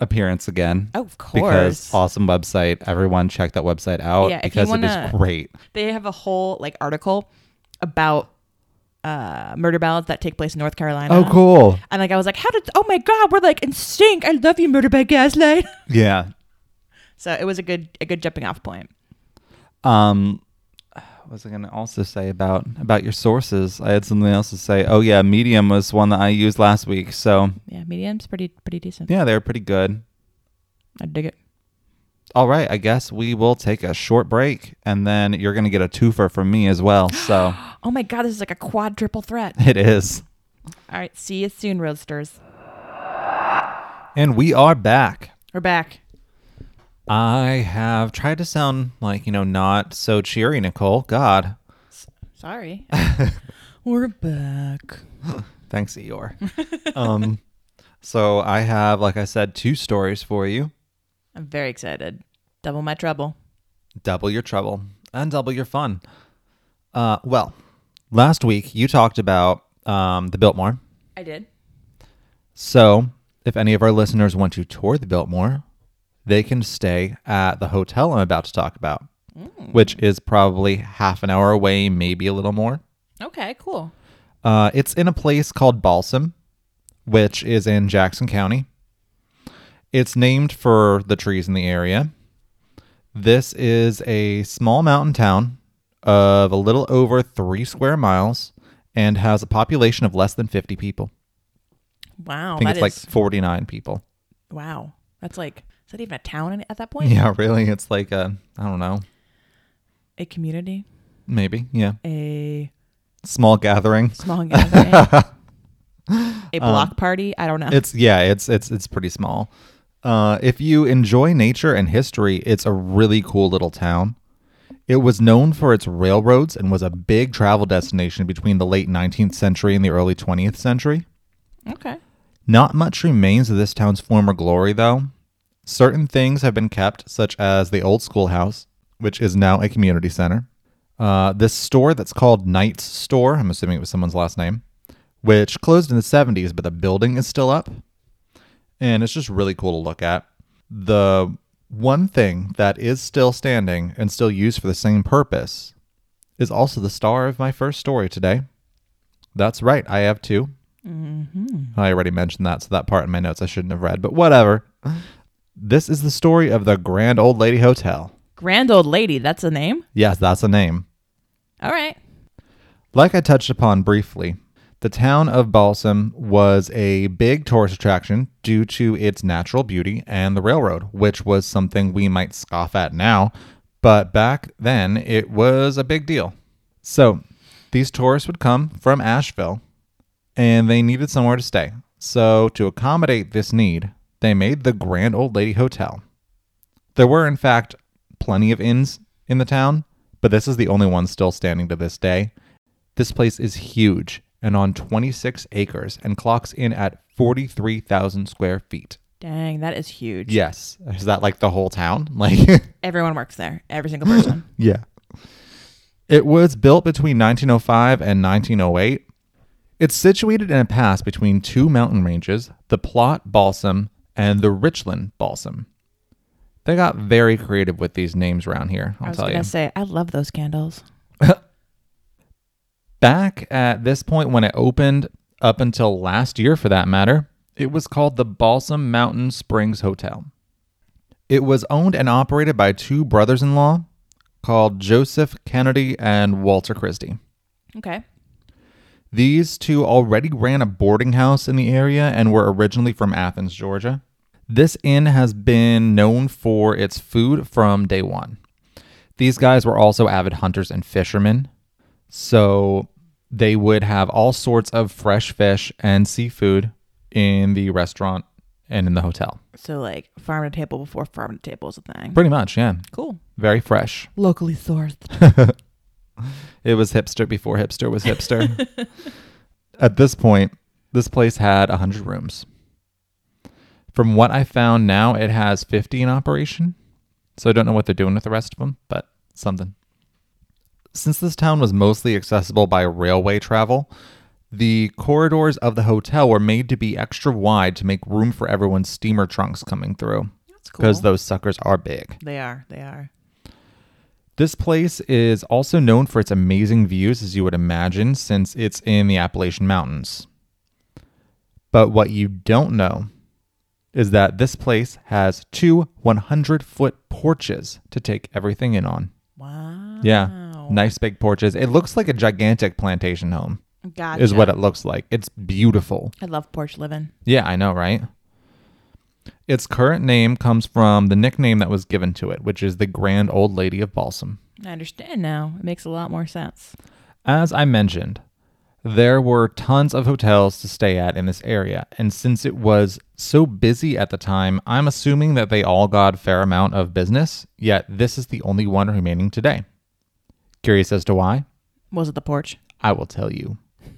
appearance again Oh, of course. because awesome website. Everyone check that website out Yeah, if you because it wanna- is great. they have a whole like article about uh, murder ballads that take place in North Carolina. Oh, cool. And like I was like, how did? Oh my god, we're like in sync. I love you, Murder by Gaslight. Yeah. So it was a good a good jumping off point. Um, what was I going to also say about about your sources? I had something else to say. Oh yeah, Medium was one that I used last week. So Yeah, medium's pretty pretty decent. yeah, they were pretty good. I dig it. All right, I guess we will take a short break and then you're going to get a twofer from me as well. So Oh my god, this is like a quadruple threat. it is. All right, see you soon, roadsters. And we are back. We're back. I have tried to sound like, you know, not so cheery, Nicole. God. Sorry. We're back. Thanks, Eeyore. um, so I have, like I said, two stories for you. I'm very excited. Double my trouble. Double your trouble and double your fun. Uh, well, last week you talked about um, the Biltmore. I did. So, if any of our listeners want to tour the Biltmore, they can stay at the hotel I'm about to talk about, Mm. which is probably half an hour away, maybe a little more. Okay, cool. Uh, it's in a place called Balsam, which is in Jackson County. It's named for the trees in the area. This is a small mountain town of a little over three square miles and has a population of less than 50 people. Wow. I think Oh, that it's like is- 49 people. wow. That's like is that even a town in- at that point? Yeah, really. It's like, I I don't know, A community, maybe. Yeah. a Small gathering. small gathering, a Um, block party. I don't know. It's yeah, it's it's it's pretty small. Uh, if you enjoy nature and history, it's a really cool little town. It was known for its railroads and was a big travel destination between the late 19th century and the early 20th century. okay. Not much remains of this town's former glory, though. Certain things have been kept, such as the old schoolhouse, which is now a community center. Uh, this store that's called Knight's Store, I'm assuming it was someone's last name, which closed in the 70s, but the building is still up. And it's just really cool to look at. The one thing that is still standing and still used for the same purpose is also the star of my first story today. That's right, I have two. I already mentioned that, so that part in my notes I shouldn't have read, but whatever. This is the story of the Grand Old Lady Hotel. Grand old lady. That's a name. Yes, that's a name. All right. Like I touched upon briefly, the town of Balsam was a big tourist attraction due to its natural beauty and the railroad, which was something we might scoff at now, but back then it was a big deal. So these tourists would come from Asheville and they needed somewhere to stay. So to accommodate this need, they made the Grand Old Lady Hotel. There were, in fact, plenty of inns in the town, but this is the only one still standing to this day. This place is huge and on 26 acres and clocks in at 43,000 square feet. Dang, that is huge. Yes. Is that like the whole town? Like, Everyone works there. Every single person. yeah. It was built between 1905 and 1908. It's situated in a pass between two mountain ranges, the Plot Balsam and the Richland Balsam. They got very creative with these names around here, I'll I was tell gonna you. say, I love those candles. Back at this point when it opened, up until last year for that matter, it was called the Balsam Mountain Springs Hotel. It was owned and operated by two brothers in law called Joseph Kennedy and Walter Christie. Okay. These two already ran a boarding house in the area and were originally from Athens, Georgia. This inn has been known for its food from day one. These guys were also avid hunters and fishermen, so they would have all sorts of fresh fish and seafood in the restaurant and in the hotel. So like farm to table before farm to table is a thing. Pretty much, yeah. Cool. Very fresh. Locally sourced. It was hipster before hipster was hipster. At this point, this place had 100 rooms. From what I found now, it has 50 in operation. So I don't know what they're doing with the rest of them, but something. Since this town was mostly accessible by railway travel, the corridors of the hotel were made to be extra wide to make room for everyone's steamer trunks coming through That's cool. because those suckers are big. they are. They are. This place is also known for its amazing views, as you would imagine, since it's in the Appalachian Mountains. But what you don't know is that this place has two 100 foot porches to take everything in on. Wow. Yeah. Nice big porches. It looks like a gigantic plantation home, Gotcha. is what it looks like. It's beautiful. I love porch living. Yeah, I know, right? Its current name comes from the nickname that was given to it, which is the Grand Old Lady of Balsam. I understand now. It makes a lot more sense. As I mentioned, there were tons of hotels to stay at in this area, and since it was so busy at the time, I'm assuming that they all got a fair amount of business, yet this is the only one remaining today. Curious as to why? Was it the porch? I will tell you. I'm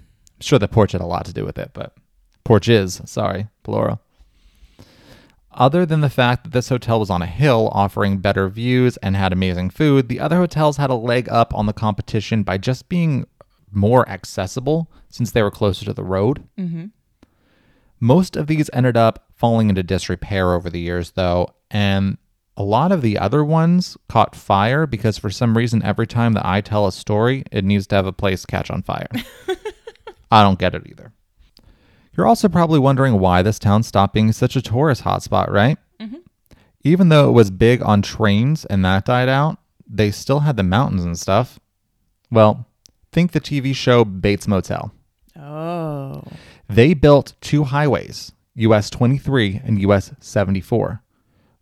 sure the porch had a lot to do with it, but porch is, sorry, plural. Other than the fact that this hotel was on a hill offering better views and had amazing food, the other hotels had a leg up on the competition by just being more accessible since they were closer to the road. Most of these ended up falling into disrepair over the years, though. And a lot of the other ones caught fire because for some reason, every time that I tell a story, it needs to have a place catch on fire. I don't get it either. You're also probably wondering why this town stopped being such a tourist hotspot, right? Even though it was big on trains and that died out, they still had the mountains and stuff. Well, think the TV show Bates Motel. Oh. They built two highways, US 23 and US 74,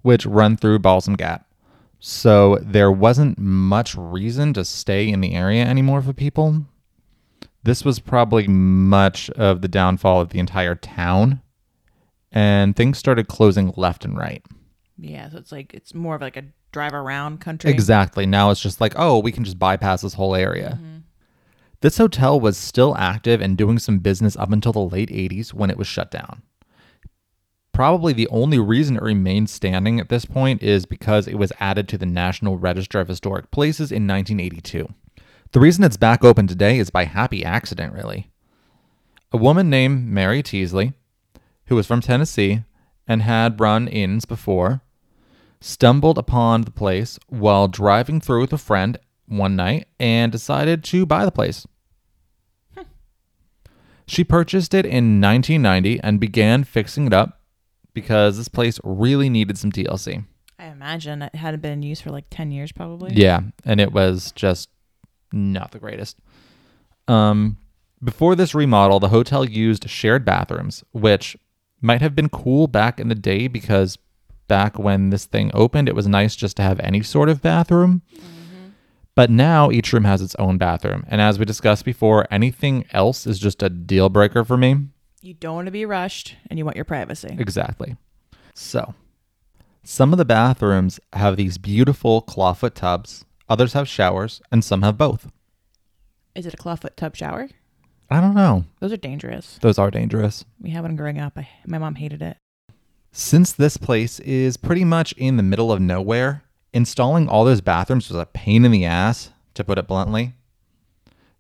which run through Balsam Gap. So there wasn't much reason to stay in the area anymore for people. This was probably much of the downfall of the entire town, and things started closing left and right. Yeah, so it's like it's more of like a drive around country. Exactly. Now it's just like, oh, we can just bypass this whole area. This hotel was still active and doing some business up until the late 80s when it was shut down. Probably the only reason it remained standing at this point is because it was added to the National Register of Historic Places in 1982. The reason it's back open today is by happy accident, really. A woman named Mary Teasley, who was from Tennessee and had run inns before, stumbled upon the place while driving through with a friend one night and decided to buy the place. she purchased it in 1990 and began fixing it up because this place really needed some TLC. I imagine it hadn't been in use for like 10 years probably. Yeah, and it was just not the greatest. Um, before this remodel, the hotel used shared bathrooms, which might have been cool back in the day because back when this thing opened, it was nice just to have any sort of bathroom. But now each room has its own bathroom. And as we discussed before, anything else is just a deal breaker for me. You don't want to be rushed and you want your privacy. Exactly. So, some of the bathrooms have these beautiful clawfoot tubs, others have showers, and some have both. Is it a clawfoot tub shower? I don't know. Those are dangerous. Those are dangerous. We had one growing up. I, my mom hated it. Since this place is pretty much in the middle of nowhere, installing all those bathrooms was a pain in the ass, to put it bluntly.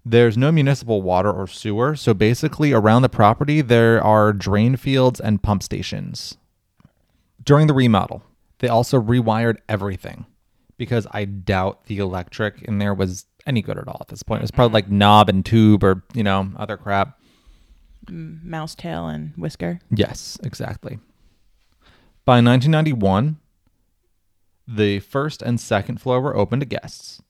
There's no municipal water or sewer, so basically around the property there are drain fields and pump stations. During the remodel, they also rewired everything because I doubt the electric in there was any good at all at this point. It was probably like knob and tube or, you know, other crap. Mouse tail and whisker. Yes, exactly. By 1991, the first and second floor were open to guests.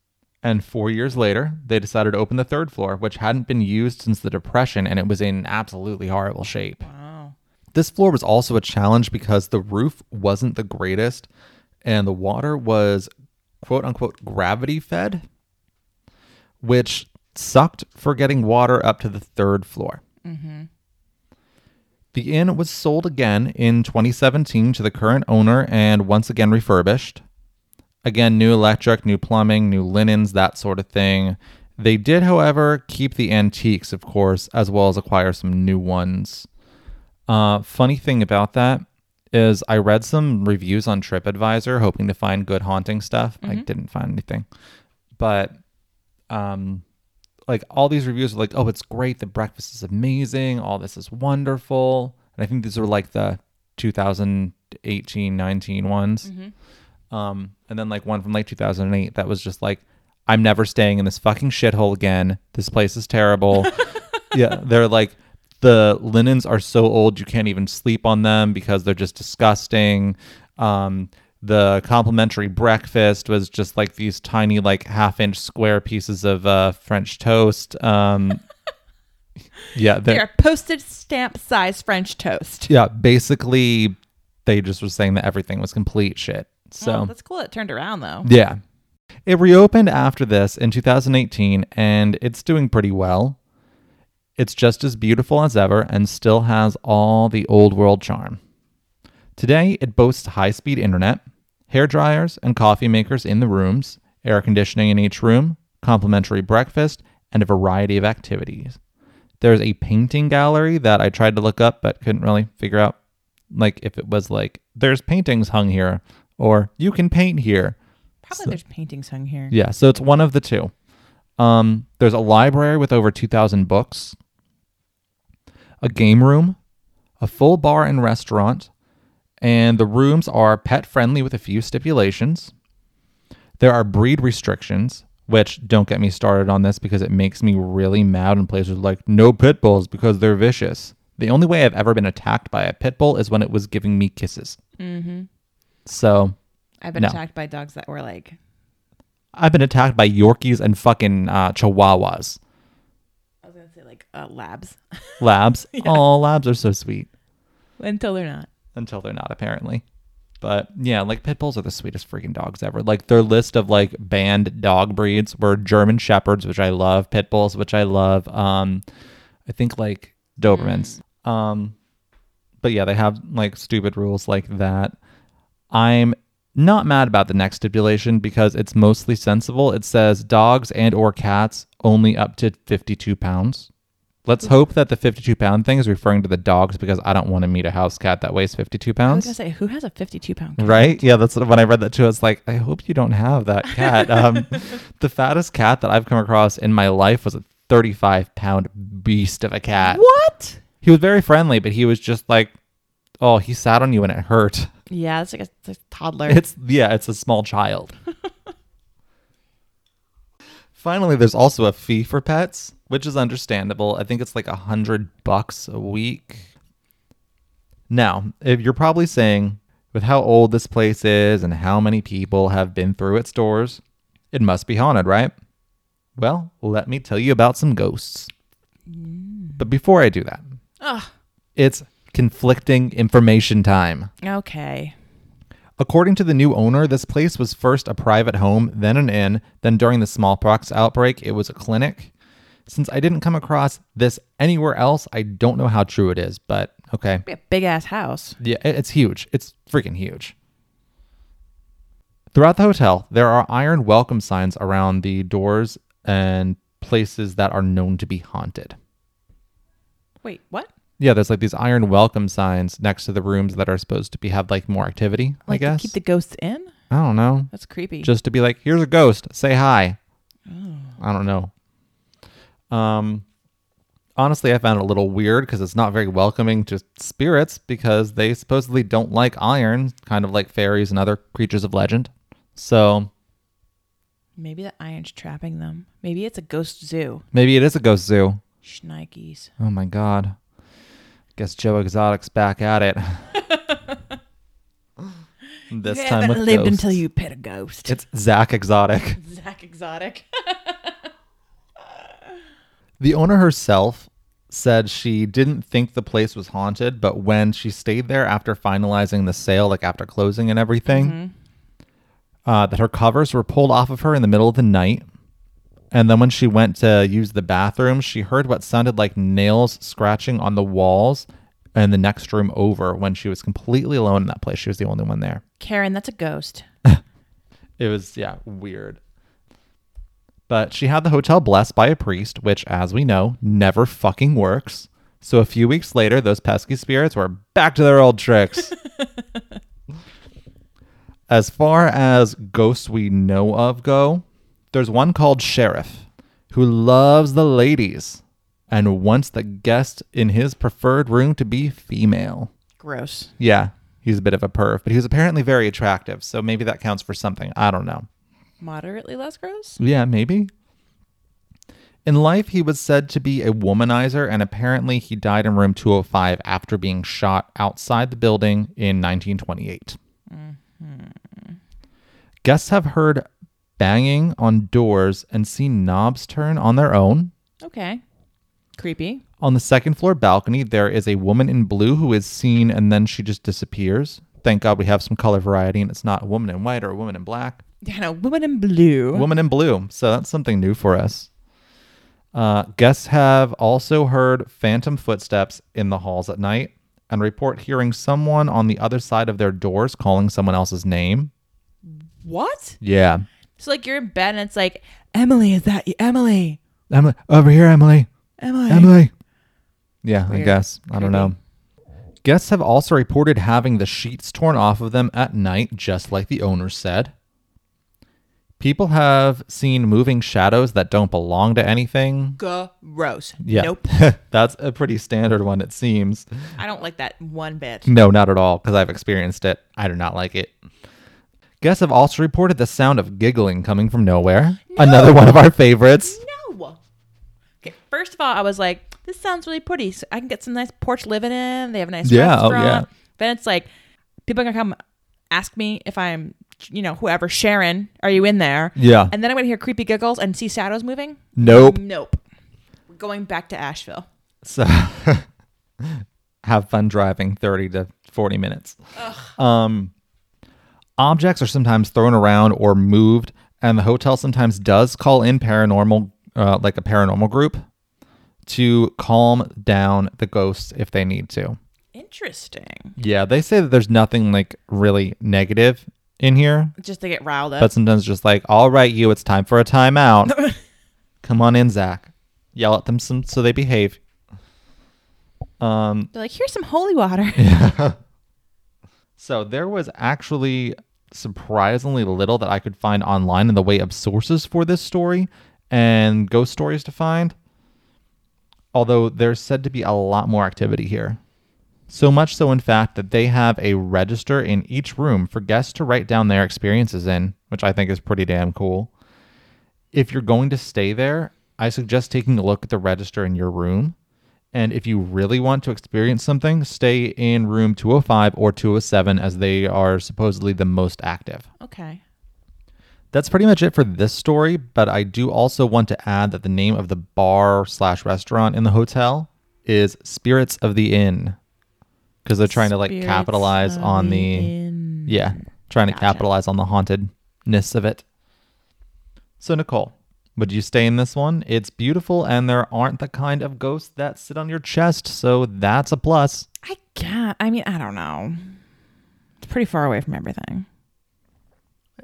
And four years later, they decided to open the third floor, which hadn't been used since the Depression and it was in absolutely horrible shape. Wow. This floor was also a challenge because the roof wasn't the greatest and the water was quote unquote gravity fed, which sucked for getting water up to the third floor. The inn was sold again in 2017 to the current owner and once again refurbished. Again, new electric, new plumbing, new linens, that sort of thing. They did, however, keep the antiques, of course, as well as acquire some new ones. Uh, funny thing about that is I read some reviews on TripAdvisor hoping to find good haunting stuff. I didn't find anything. But um like all these reviews are like, "Oh, it's great. The breakfast is amazing. All this is wonderful." And I think these are like the 2018, 19 ones. Um and then like one from like 2008 that was just like, "I'm never staying in this fucking shithole again. This place is terrible." yeah, they're like the linens are so old you can't even sleep on them because they're just disgusting. Um, the complimentary breakfast was just like these tiny, like half inch square pieces of uh, French toast. Um, yeah, they're, They're a postage stamp size French toast. yeah. Basically, they just were saying that everything was complete shit. So Mm, Well, that's cool. It turned around though. Yeah. It reopened after this in 2018 and it's doing pretty well. It's just as beautiful as ever and still has all the old world charm. Today, it boasts high speed internet, hair dryers and coffee makers in the rooms, air conditioning in each room, complimentary breakfast, and a variety of activities. There's a painting gallery that I tried to look up but couldn't really figure out like if it was like there's paintings hung here or you can paint here. Probably there's paintings hung here. Yeah, so it's one of the two. Um, there's a library with over 2,000 books, a game room, a full bar and restaurant, And the rooms are pet friendly with a few stipulations. There are breed restrictions, which don't get me started on this because it makes me really mad And places like no pit bulls because they're vicious. The only way I've ever been attacked by a pit bull is when it was giving me kisses. Mm-hmm. So I've been No. attacked by dogs that were like, I've been attacked by Yorkies and fucking uh, Chihuahuas. I was gonna say like uh, labs, Labs. Oh, labs are so sweet until they're not. until they're not, apparently. But yeah, like pit bulls are the sweetest freaking dogs ever. Like their list of like banned dog breeds were German shepherds, which I love, pit bulls, which I love. Um, I think like Dobermans. Mm. Um, but yeah, they have like stupid rules like that. I'm not mad about the next stipulation because it's mostly sensible. It says dogs and or cats only up to 52 pounds. Let's hope that the 52 pound thing is referring to the dogs because I don't want to meet a house cat that weighs 52 I was gonna pounds. say who has a fifty-two pound cat? Right? Yeah, that's when I read that too. I was like, I hope you don't have that cat. Um, the fattest cat that I've come across in my life was a 35 pound beast of a cat. What? He was very friendly, but he was just like, oh, he sat on you and it hurt. Yeah, it's like a, it's a toddler. It's yeah, it's a small child. Finally, there's also a fee for pets, which is understandable. I think it's like a hundred bucks a week. Now, if you're probably saying, with how old this place is and how many people have been through its doors, it must be haunted, right? Well, let me tell you about some ghosts. But before I do that, Ugh. it's conflicting information time. Okay. According to the new owner, this place was first a private home, then an inn, then during the smallpox outbreak, it was a clinic. Since I didn't come across this anywhere else, I don't know how true it is, but okay. Be a big ass house. Yeah, it- it's huge. It's freaking huge. Throughout the hotel, there are iron welcome signs around the doors and places that are known to be haunted. Wait, what? Yeah, there's like these iron welcome signs next to the rooms that are supposed to be have like more activity, I Like guess. to keep the ghosts in? I don't know. That's creepy. just to be like, here's a ghost, say hi. I don't know. Um, honestly, I found it a little weird because it's not very welcoming to spirits because they supposedly don't like iron, kind of like fairies and other creatures of legend. So Maybe the iron's trapping them. Maybe it's a ghost zoo. maybe it is a ghost zoo. Shnikes. Oh my god. Guess Joe Exotic's back at it. this you time haven't with lived ghosts. until you pet a ghost. It's Zach Exotic. Zach Exotic. The owner herself said she didn't think the place was haunted, but when she stayed there after finalizing the sale, like after closing and everything, uh, that her covers were pulled off of her in the middle of the night. And then when she went to use the bathroom, she heard what sounded like nails scratching on the walls in the next room over when she was completely alone in that place. She was the only one there. Karen, that's a ghost. It was, yeah, weird. But she had the hotel blessed by a priest, which, as we know, never fucking works. So a few weeks later, those pesky spirits were back to their old tricks. as far as ghosts we know of go, there's one called Sheriff who loves the ladies and wants the guest in his preferred room to be female. Gross. Yeah, he's a bit of a perv, but he was apparently very attractive. So maybe that counts for something. I don't know. Moderately less gross? Yeah, maybe. In life, he was said to be a womanizer, and apparently he died in room 205 after being shot outside the building in 1928. Guests have heard banging on doors and seen knobs turn on their own. Okay. Creepy. On the second floor balcony, there is a woman in blue who is seen and then she just disappears. Thank God we have some color variety and it's not a woman in white or a woman in black. Yeah, no, woman in blue. Woman in Blue. So that's something new for us. Uh, guests have also heard phantom footsteps in the halls at night and report hearing someone on the other side of their doors calling someone else's name. What? Yeah. So like you're in bed and it's like, Emily, is that you? Emily. Emily, over here, Emily. Emily. Emily. Yeah, I Weird. guess. I don't know. Guests have also reported having the sheets torn off of them at night, just like the owners said. People have seen moving shadows that don't belong to anything. Gross. Yeah. Nope. That's a pretty standard one, it seems. I don't like that one bit. No, not at all, because I've experienced it. I do not like it. Guests have also reported the sound of giggling coming from nowhere. Another one of our favorites. No. Okay. First of all, I was like, this sounds really pretty. So I can get some nice porch living in. They have a nice Yeah, oh, restaurant. yeah. Then it's like, people are gonna come ask me if I'm, you know, whoever. Sharon, are you in there? Yeah. And then I'm gonna hear creepy giggles and see shadows moving. Nope. Nope. We're going back to Asheville. So have fun driving 30 to 40 minutes. Um, objects are sometimes thrown around or moved, and the hotel sometimes does call in paranormal, uh, like a paranormal group, to calm down the ghosts if they need to. Interesting. Yeah, they say that there's nothing like really negative in here, Just to get riled up. but sometimes just like, all right, you, it's time for a timeout. Come on in, Zach. Yell at them some so they behave. Um, They're like, here's some holy water. So there was actually surprisingly little that I could find online in the way of sources for this story and ghost stories to find. Although there's said to be a lot more activity here. So much so, in fact, that they have a register in each room for guests to write down their experiences in, which I think is pretty damn cool. If you're going to stay there, I suggest taking a look at the register in your room. And if you really want to experience something, stay in room 205 or 207 as they are supposedly the most active. okay. That's pretty much it for this story, but I do also want to add that the name of the bar slash restaurant in the hotel is Spirits of the Inn because they're trying to like Spirits capitalize of on the inn. yeah, trying to Gotcha. capitalize on the hauntedness of it. So, Nicole, would you stay in this one? It's beautiful, and there aren't the kind of ghosts that sit on your chest, so that's a plus. I can't. I mean, I don't know. It's pretty far away from everything.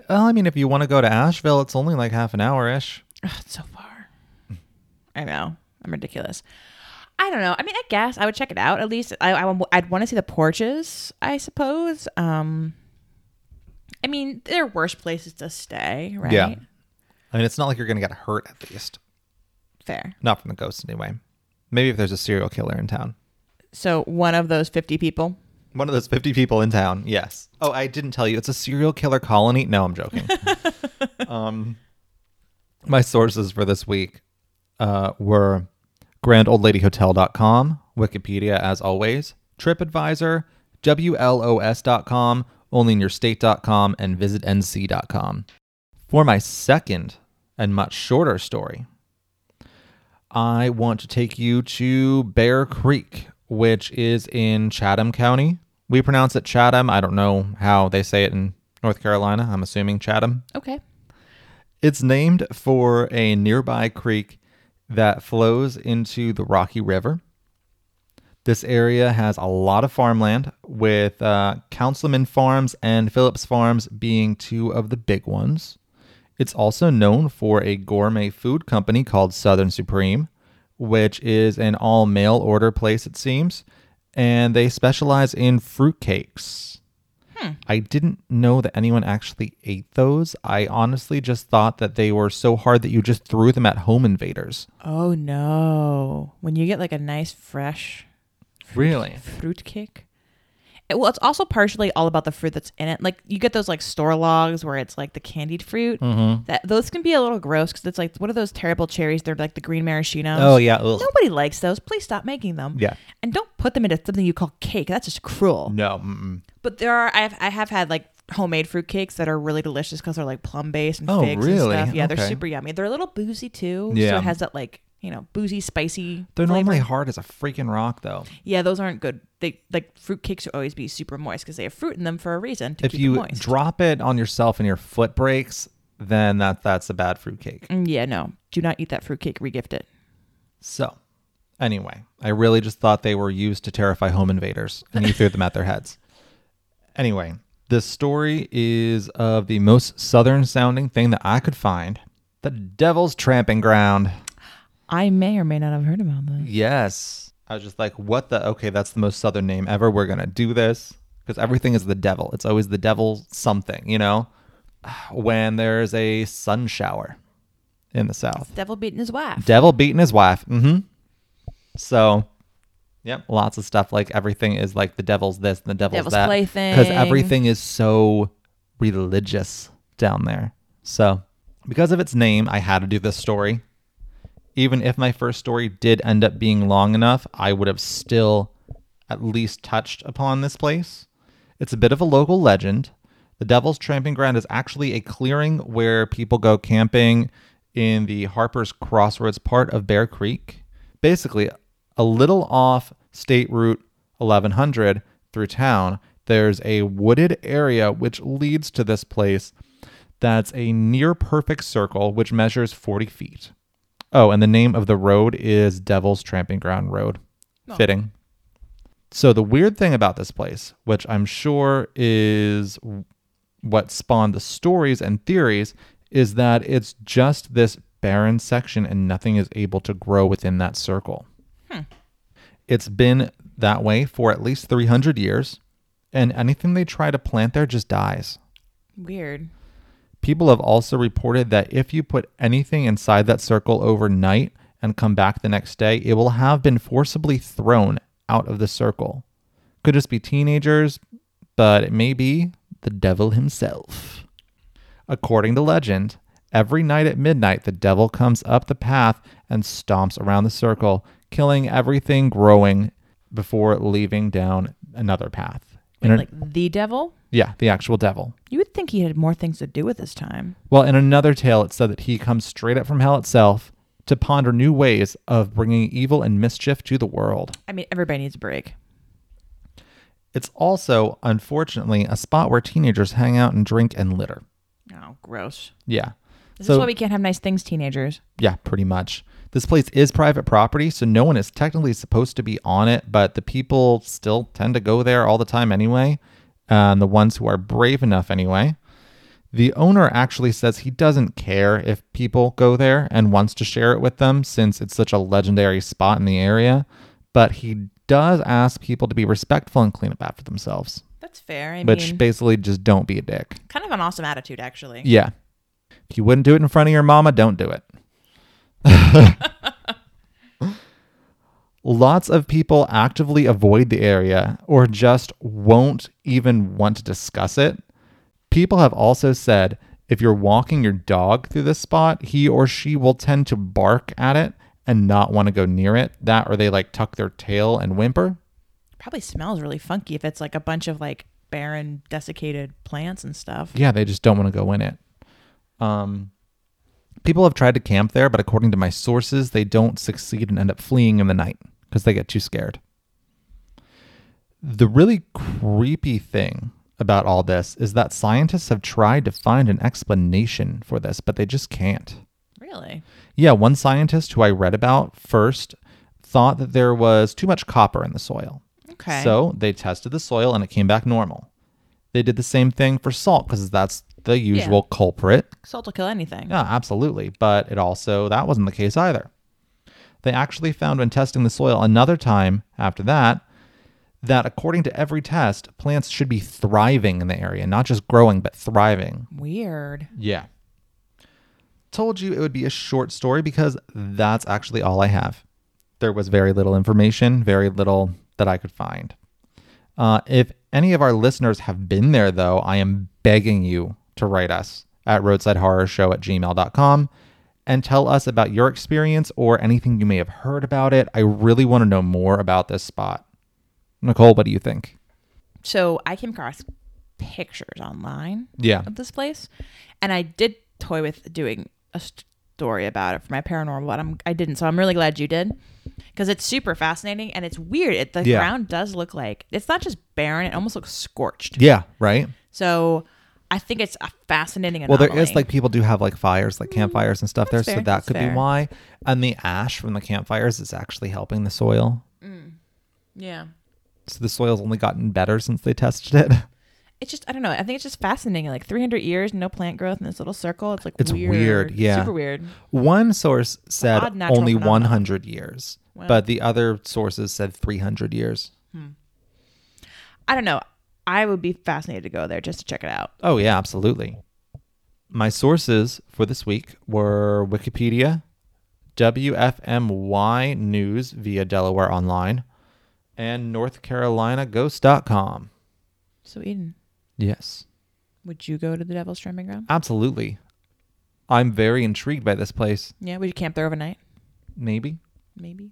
Well, Uh, I mean, if you want to go to Asheville, it's only like half an hour ish. Ugh, it's so far. Mm. I know. I'm ridiculous. I don't know. I mean, I guess I would check it out at least. I, I would want to see the porches, I suppose. Um, I mean, there are worse places to stay, right? Yeah. I mean, it's not like you're going to get hurt, at least. Fair. Not from the ghosts, anyway. Maybe if there's a serial killer in town. So one of those 50 people. One of those 50 people in town, yes. Oh, I didn't tell you. It's a serial killer colony. No, I'm joking. um, my sources for this week uh, were grandoldladyhotel.com, Wikipedia, as always, TripAdvisor, WLOS.com, onlyinyourstate.com, and visitnc.com. For my second and much shorter story, I want to take you to Bear Creek, which is in Chatham County. We pronounce it Chatham. I don't know how they say it in North Carolina. I'm assuming Chatham. Okay. It's named for a nearby creek that flows into the Rocky River. This area has a lot of farmland, with uh, Councilman Farms and Phillips Farms being two of the big ones. It's also known for a gourmet food company called Southern Supreme, which is an all mail order place, it seems, and they specialize in fruitcakes. I didn't know that anyone actually ate those. I honestly just thought that they were so hard that you just threw them at home invaders. Oh no. When you get like a nice fresh Really? fruitcake. It- Well, it's also partially all about the fruit that's in it. Like you get those like store logs where it's like the candied fruit. Mm-hmm. That those can be a little gross because it's like what are those terrible cherries? They're like the green maraschinos. Oh, yeah. ugh. Nobody likes those. Please stop making them. Yeah. Mm. And don't put them into something you call cake. That's just cruel. No. Mm-mm. But there are I've I have had like homemade fruit cakes that are really delicious because they're like plum based and Oh, figs really? and stuff. Yeah, they're Okay. super yummy. They're a little boozy too. So Yeah. it has that like you know boozy spicy. They're flavor. normally hard as a freaking rock, though. Yeah, those aren't good. They like fruit cakes should always be super moist because they have fruit in them for a reason to if keep you it moist. drop it on yourself and your foot breaks, then that that's a bad fruitcake. Mm, yeah, no, do not eat that fruit cake. Regift it. So, anyway, I really just thought they were used to terrify home invaders, and you threw them at their heads. Anyway, this story is of the most southern sounding thing that I could find: the Devil's Tramping Ground. I may or may not have heard about that. Yes. I was just like, what the? Okay, that's the most southern name ever. We're going to do this because everything is the devil. It's always the devil something, you know? when there's a sun shower in the South. Devil beating his wife. Devil beating his wife. Mm-hmm. So, yep, lots of stuff. Like everything is like the devil's this and the devil's, Devil's that. plaything. Because everything is so religious down there. So, because of its name, I had to do this story. Even if my first story did end up being long enough, I would have still at least touched upon this place. It's a bit of a local legend. The Devil's Tramping Ground is actually a clearing where people go camping in the Harper's Crossroads part of Bear Creek. Basically, a little off State Route 1100 through town, there's a wooded area which leads to this place that's a near perfect circle which measures 40 feet. Oh, and the name of the road is Devil's Tramping Ground Road. Fitting. So the weird thing about this place, which I'm sure is w- what spawned the stories and theories, is that it's just this barren section and nothing is able to grow within that circle. It's been that way for at least 300 years, and anything they try to plant there just dies. Weird. People have also reported that if you put anything inside that circle overnight and come back the next day, it will have been forcibly thrown out of the circle. Could just be teenagers, but it may be the devil himself. According to legend, every night at midnight, the devil comes up the path and stomps around the circle, killing everything growing before leaving down another path. In an- like the devil? yeah, the actual devil. You would think he had more things to do with his time. Well, in another tale, it said that he comes straight up from hell itself to ponder new ways of bringing evil and mischief to the world. I mean, everybody needs a break. It's also, unfortunately, a spot where teenagers hang out and drink and litter. Oh, gross. Yeah. This is why we can't have nice things, teenagers. Yeah, pretty much. This place is private property, so no one is technically supposed to be on it, but the people still tend to go there all the time anyway, and the ones who are brave enough anyway. The owner actually says he doesn't care if people go there and wants to share it with them since it's such a legendary spot in the area, but he does ask people to be respectful and clean up after themselves, That's fair. I which mean, basically just don't be a dick. kind of an awesome attitude, actually. Yeah. If you wouldn't do it in front of your mama, don't do it. Lots of people actively avoid the area or just won't even want to discuss it. People have also said if you're walking your dog through this spot, he or she will tend to bark at it and not want to go near it. That or they like tuck their tail and whimper. Probably smells really funky if it's like a bunch of like barren, desiccated plants and stuff. yeah, they just don't want to go in it. Um, people have tried to camp there, but according to my sources, they don't succeed and end up fleeing in the night because they get too scared. The really creepy thing about all this is that scientists have tried to find an explanation for this, but they just can't. Really? Yeah, one scientist who I read about first thought that there was too much copper in the soil. Okay. So they tested the soil and it came back normal. They did the same thing for salt because that's the usual culprit. salt will kill anything. Yeah, absolutely. But it also, that wasn't the case either. They actually found when testing the soil another time after that, that according to every test, plants should be thriving in the area, not just growing, but thriving. Weird. Yeah. Told you it would be a short story because that's actually all I have. There was very little information, very little that I could find. Uh, if any of our listeners have been there, though, I am begging you to write us at roadsidehorrorshow at gmail.com and tell us about your experience or anything you may have heard about it. I really want to know more about this spot. Nicole, what do you think? So I came across pictures online Yeah. of this place, and I did toy with doing a st- story about it for my paranormal, but I'm, I didn't. So I'm really glad you did because it's super fascinating and it's weird. It, the Yeah. ground does look like it's not just barren; it almost looks scorched. Yeah, right? So I think it's a fascinating. Well, Anomaly. there is like people do have like fires, like campfires and stuff there, fair, so that that's could fair. be why. And the ash from the campfires is actually helping the soil. yeah. So the soil's only gotten better since they tested it. It's just I don't know. I think it's just fascinating. Like 300 years, no plant growth in this little circle. It's like It's weird. weird, yeah. Super weird. One source said odd natural only phenomenon. 100 years, Wow. but the other sources said 300 years. I don't know. I would be fascinated to go there just to check it out. Oh yeah, absolutely. My sources for this week were Wikipedia, WFMY News via Delaware Online, and NorthCarolinaGhost.com. So, Eden, Yes, would you go to the Devil's Tramping Ground? absolutely. I'm very intrigued by this place. Yeah, would you camp there overnight? Maybe. Maybe.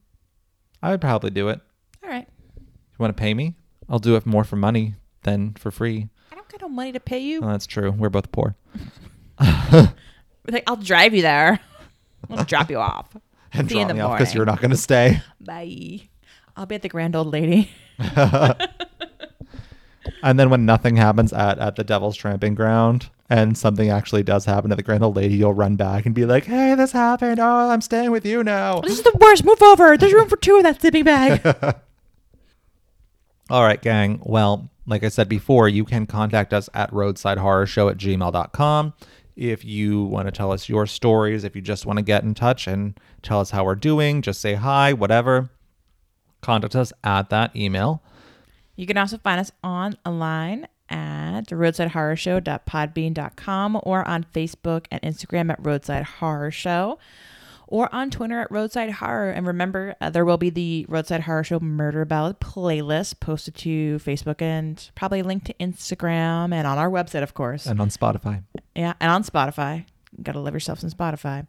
I would probably do it. All right. You want to pay me? I'll do it more for money than for free. I don't got no money to pay you. Well, that's true. We're both poor. Like, I'll drive you there. I'll drop you off. And See you in the because morning. you're not going to stay. Bye. I'll be at the grand old lady. And then when nothing happens at, at the Devil's Tramping Ground and something actually does happen to the Grand Old Lady, you'll run back and be like, hey, this happened. Oh, I'm staying with you now. This is the worst. Move over. There's room for two in that sleeping bag. All right, gang. Well, like I said before, you can contact us at roadsidehorrorshow at gmail.com if you want to tell us your stories, if you just want to get in touch and tell us how we're doing, just say hi, whatever. Contact us at that email. you can also find us online at roadsidehorrorshow.podbean.com or on Facebook and Instagram at Roadside Horror Show or on Twitter at Roadside Horror. And remember, uh, there will be the Roadside Horror Show Murder Ballad playlist posted to Facebook and probably linked to Instagram and on our website, of course. And on Spotify. Yeah, and on Spotify. You gotta love yourself some Spotify.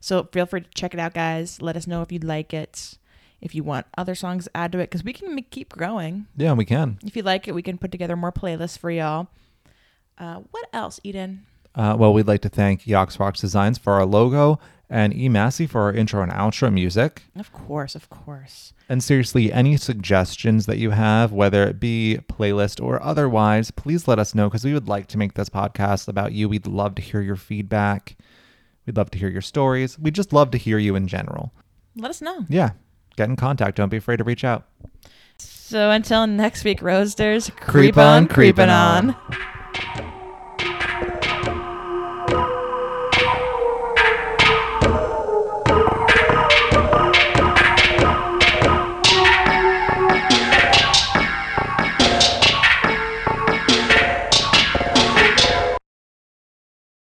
So feel free to check it out, guys. Let us know if you like it, if you want other songs to add to it, because we can m- keep growing. Yeah, we can. If you like it, we can put together more playlists for y'all. Uh, what else, Eden? Uh, well, we'd like to thank Yox Fox Designs for our logo and E Massey for our intro and outro music. Of course, of course. And seriously, any suggestions that you have, whether it be playlist or otherwise, please let us know because we would like to make this podcast about you. We'd love to hear your feedback. We'd love to hear your stories. We'd just love to hear you in general. Let us know. Yeah, get in contact. Don't be afraid to reach out. So until next week, Roasters, Creep on, creepin' on. on.